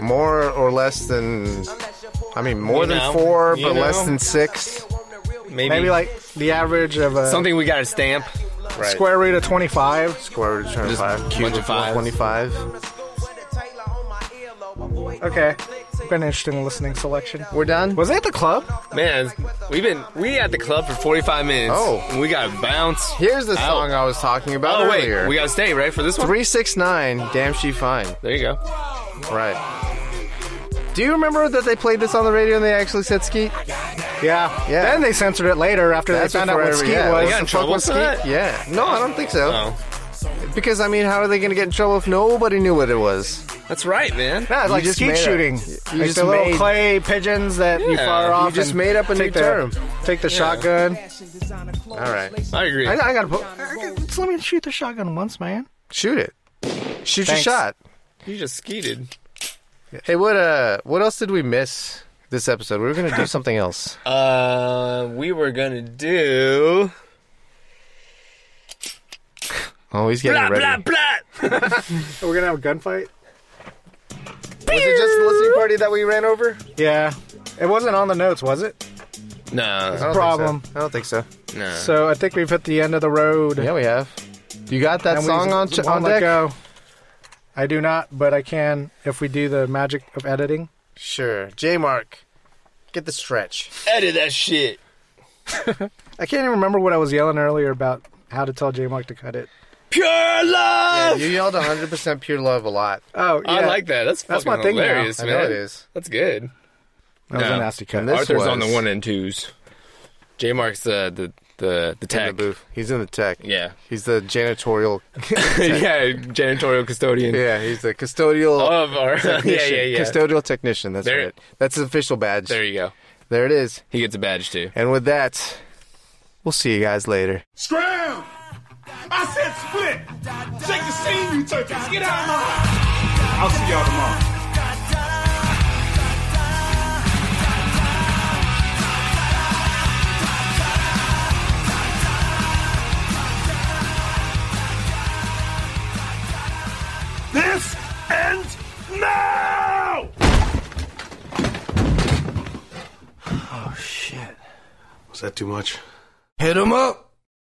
More or less than, I mean, more
You
than
know.
four,
You
but less
know.
than six.
Maybe,
Mm.
Maybe like the average of a
something we got to stamp.
Right.
square root of twenty five.
Square root of
Just
twenty-five.
bunch
Cube
of fives.
twenty-five.
Okay. Been interesting listening selection.
We're done.
Was it at the club?
Man, we've been we at the club for 45 minutes.
Oh.
and we got to bounce.
Here's the
Ow.
song I was talking about
Oh
earlier.
wait, we got to stay right for this one.
Three six nine. Damn, she fine.
There you go.
Right.
Do you remember that they played this on the radio and they actually said skeet? Yeah,
Yeah.
Then they censored it later after
That's
they found out what
forever-
skeet
yeah,
was.
they got
in
The fuck
trouble
was
for
skeet?
that?
Yeah. No, I don't think so.
Oh,
Because I mean, how are they going to get in trouble if nobody knew what it was?
that's right, man.
Yeah, it's
You
like
just
skeet
made a-
shooting.
you
like
just
the little
made-
clay pigeons that you
Yeah,
fire
you
off.
just
and
made up a new
take the-
term.
Take the shotgun.
All right,
I agree.
I, I gotta put. I- just let me shoot the shotgun once, man.
shoot it. Shoot
Thanks.
your shot.
you just skeeted.
Hey, what uh, what else did we miss this episode? We were going to do something else.
Uh, we were gonna do
Oh, he's getting
blah
ready.
blah blah.
We're gonna have a gunfight.
Was it just the listening party that we ran over?
Yeah, it wasn't on the notes, was it?
No,
I don't think so.
Problem.
I don't think so.
no.
So I think we've hit the end of the road.
Yeah, we have. You got that
And we
song on
won't
on
let
deck?
Go. I do not, but I can if we do the magic of editing.
Sure. J Mark, get the stretch.
Edit that shit.
I can't even remember what I was yelling earlier about how to tell J Mark to cut it.
Pure love.
You yelled 100% pure love a lot.
Oh, yeah.
I like that. That's
That's
fucking
my thing now.
hilarious,
I
man.
know it is.
That's good.
That was
No.
a nasty cut.
This
Arthur's
was-
on the one and twos. J Mark's the uh, the the the
In the
tech.
booth. He's in the tech.
Yeah,
He's the janitorial.
yeah, janitorial custodian
yeah, he's the custodial.
of our. Oh, yeah, yeah,
technician.
yeah.
Custodial technician. That's
There-
right. That's his official badge.
there you go.
there it is.
He gets a badge too.
And with that, we'll see you guys later.
Scram! I said split! Shake the scene, you turkeys! Get out of my house! I'll see y'all tomorrow. This ends now!
Was that too much?
Hit him up.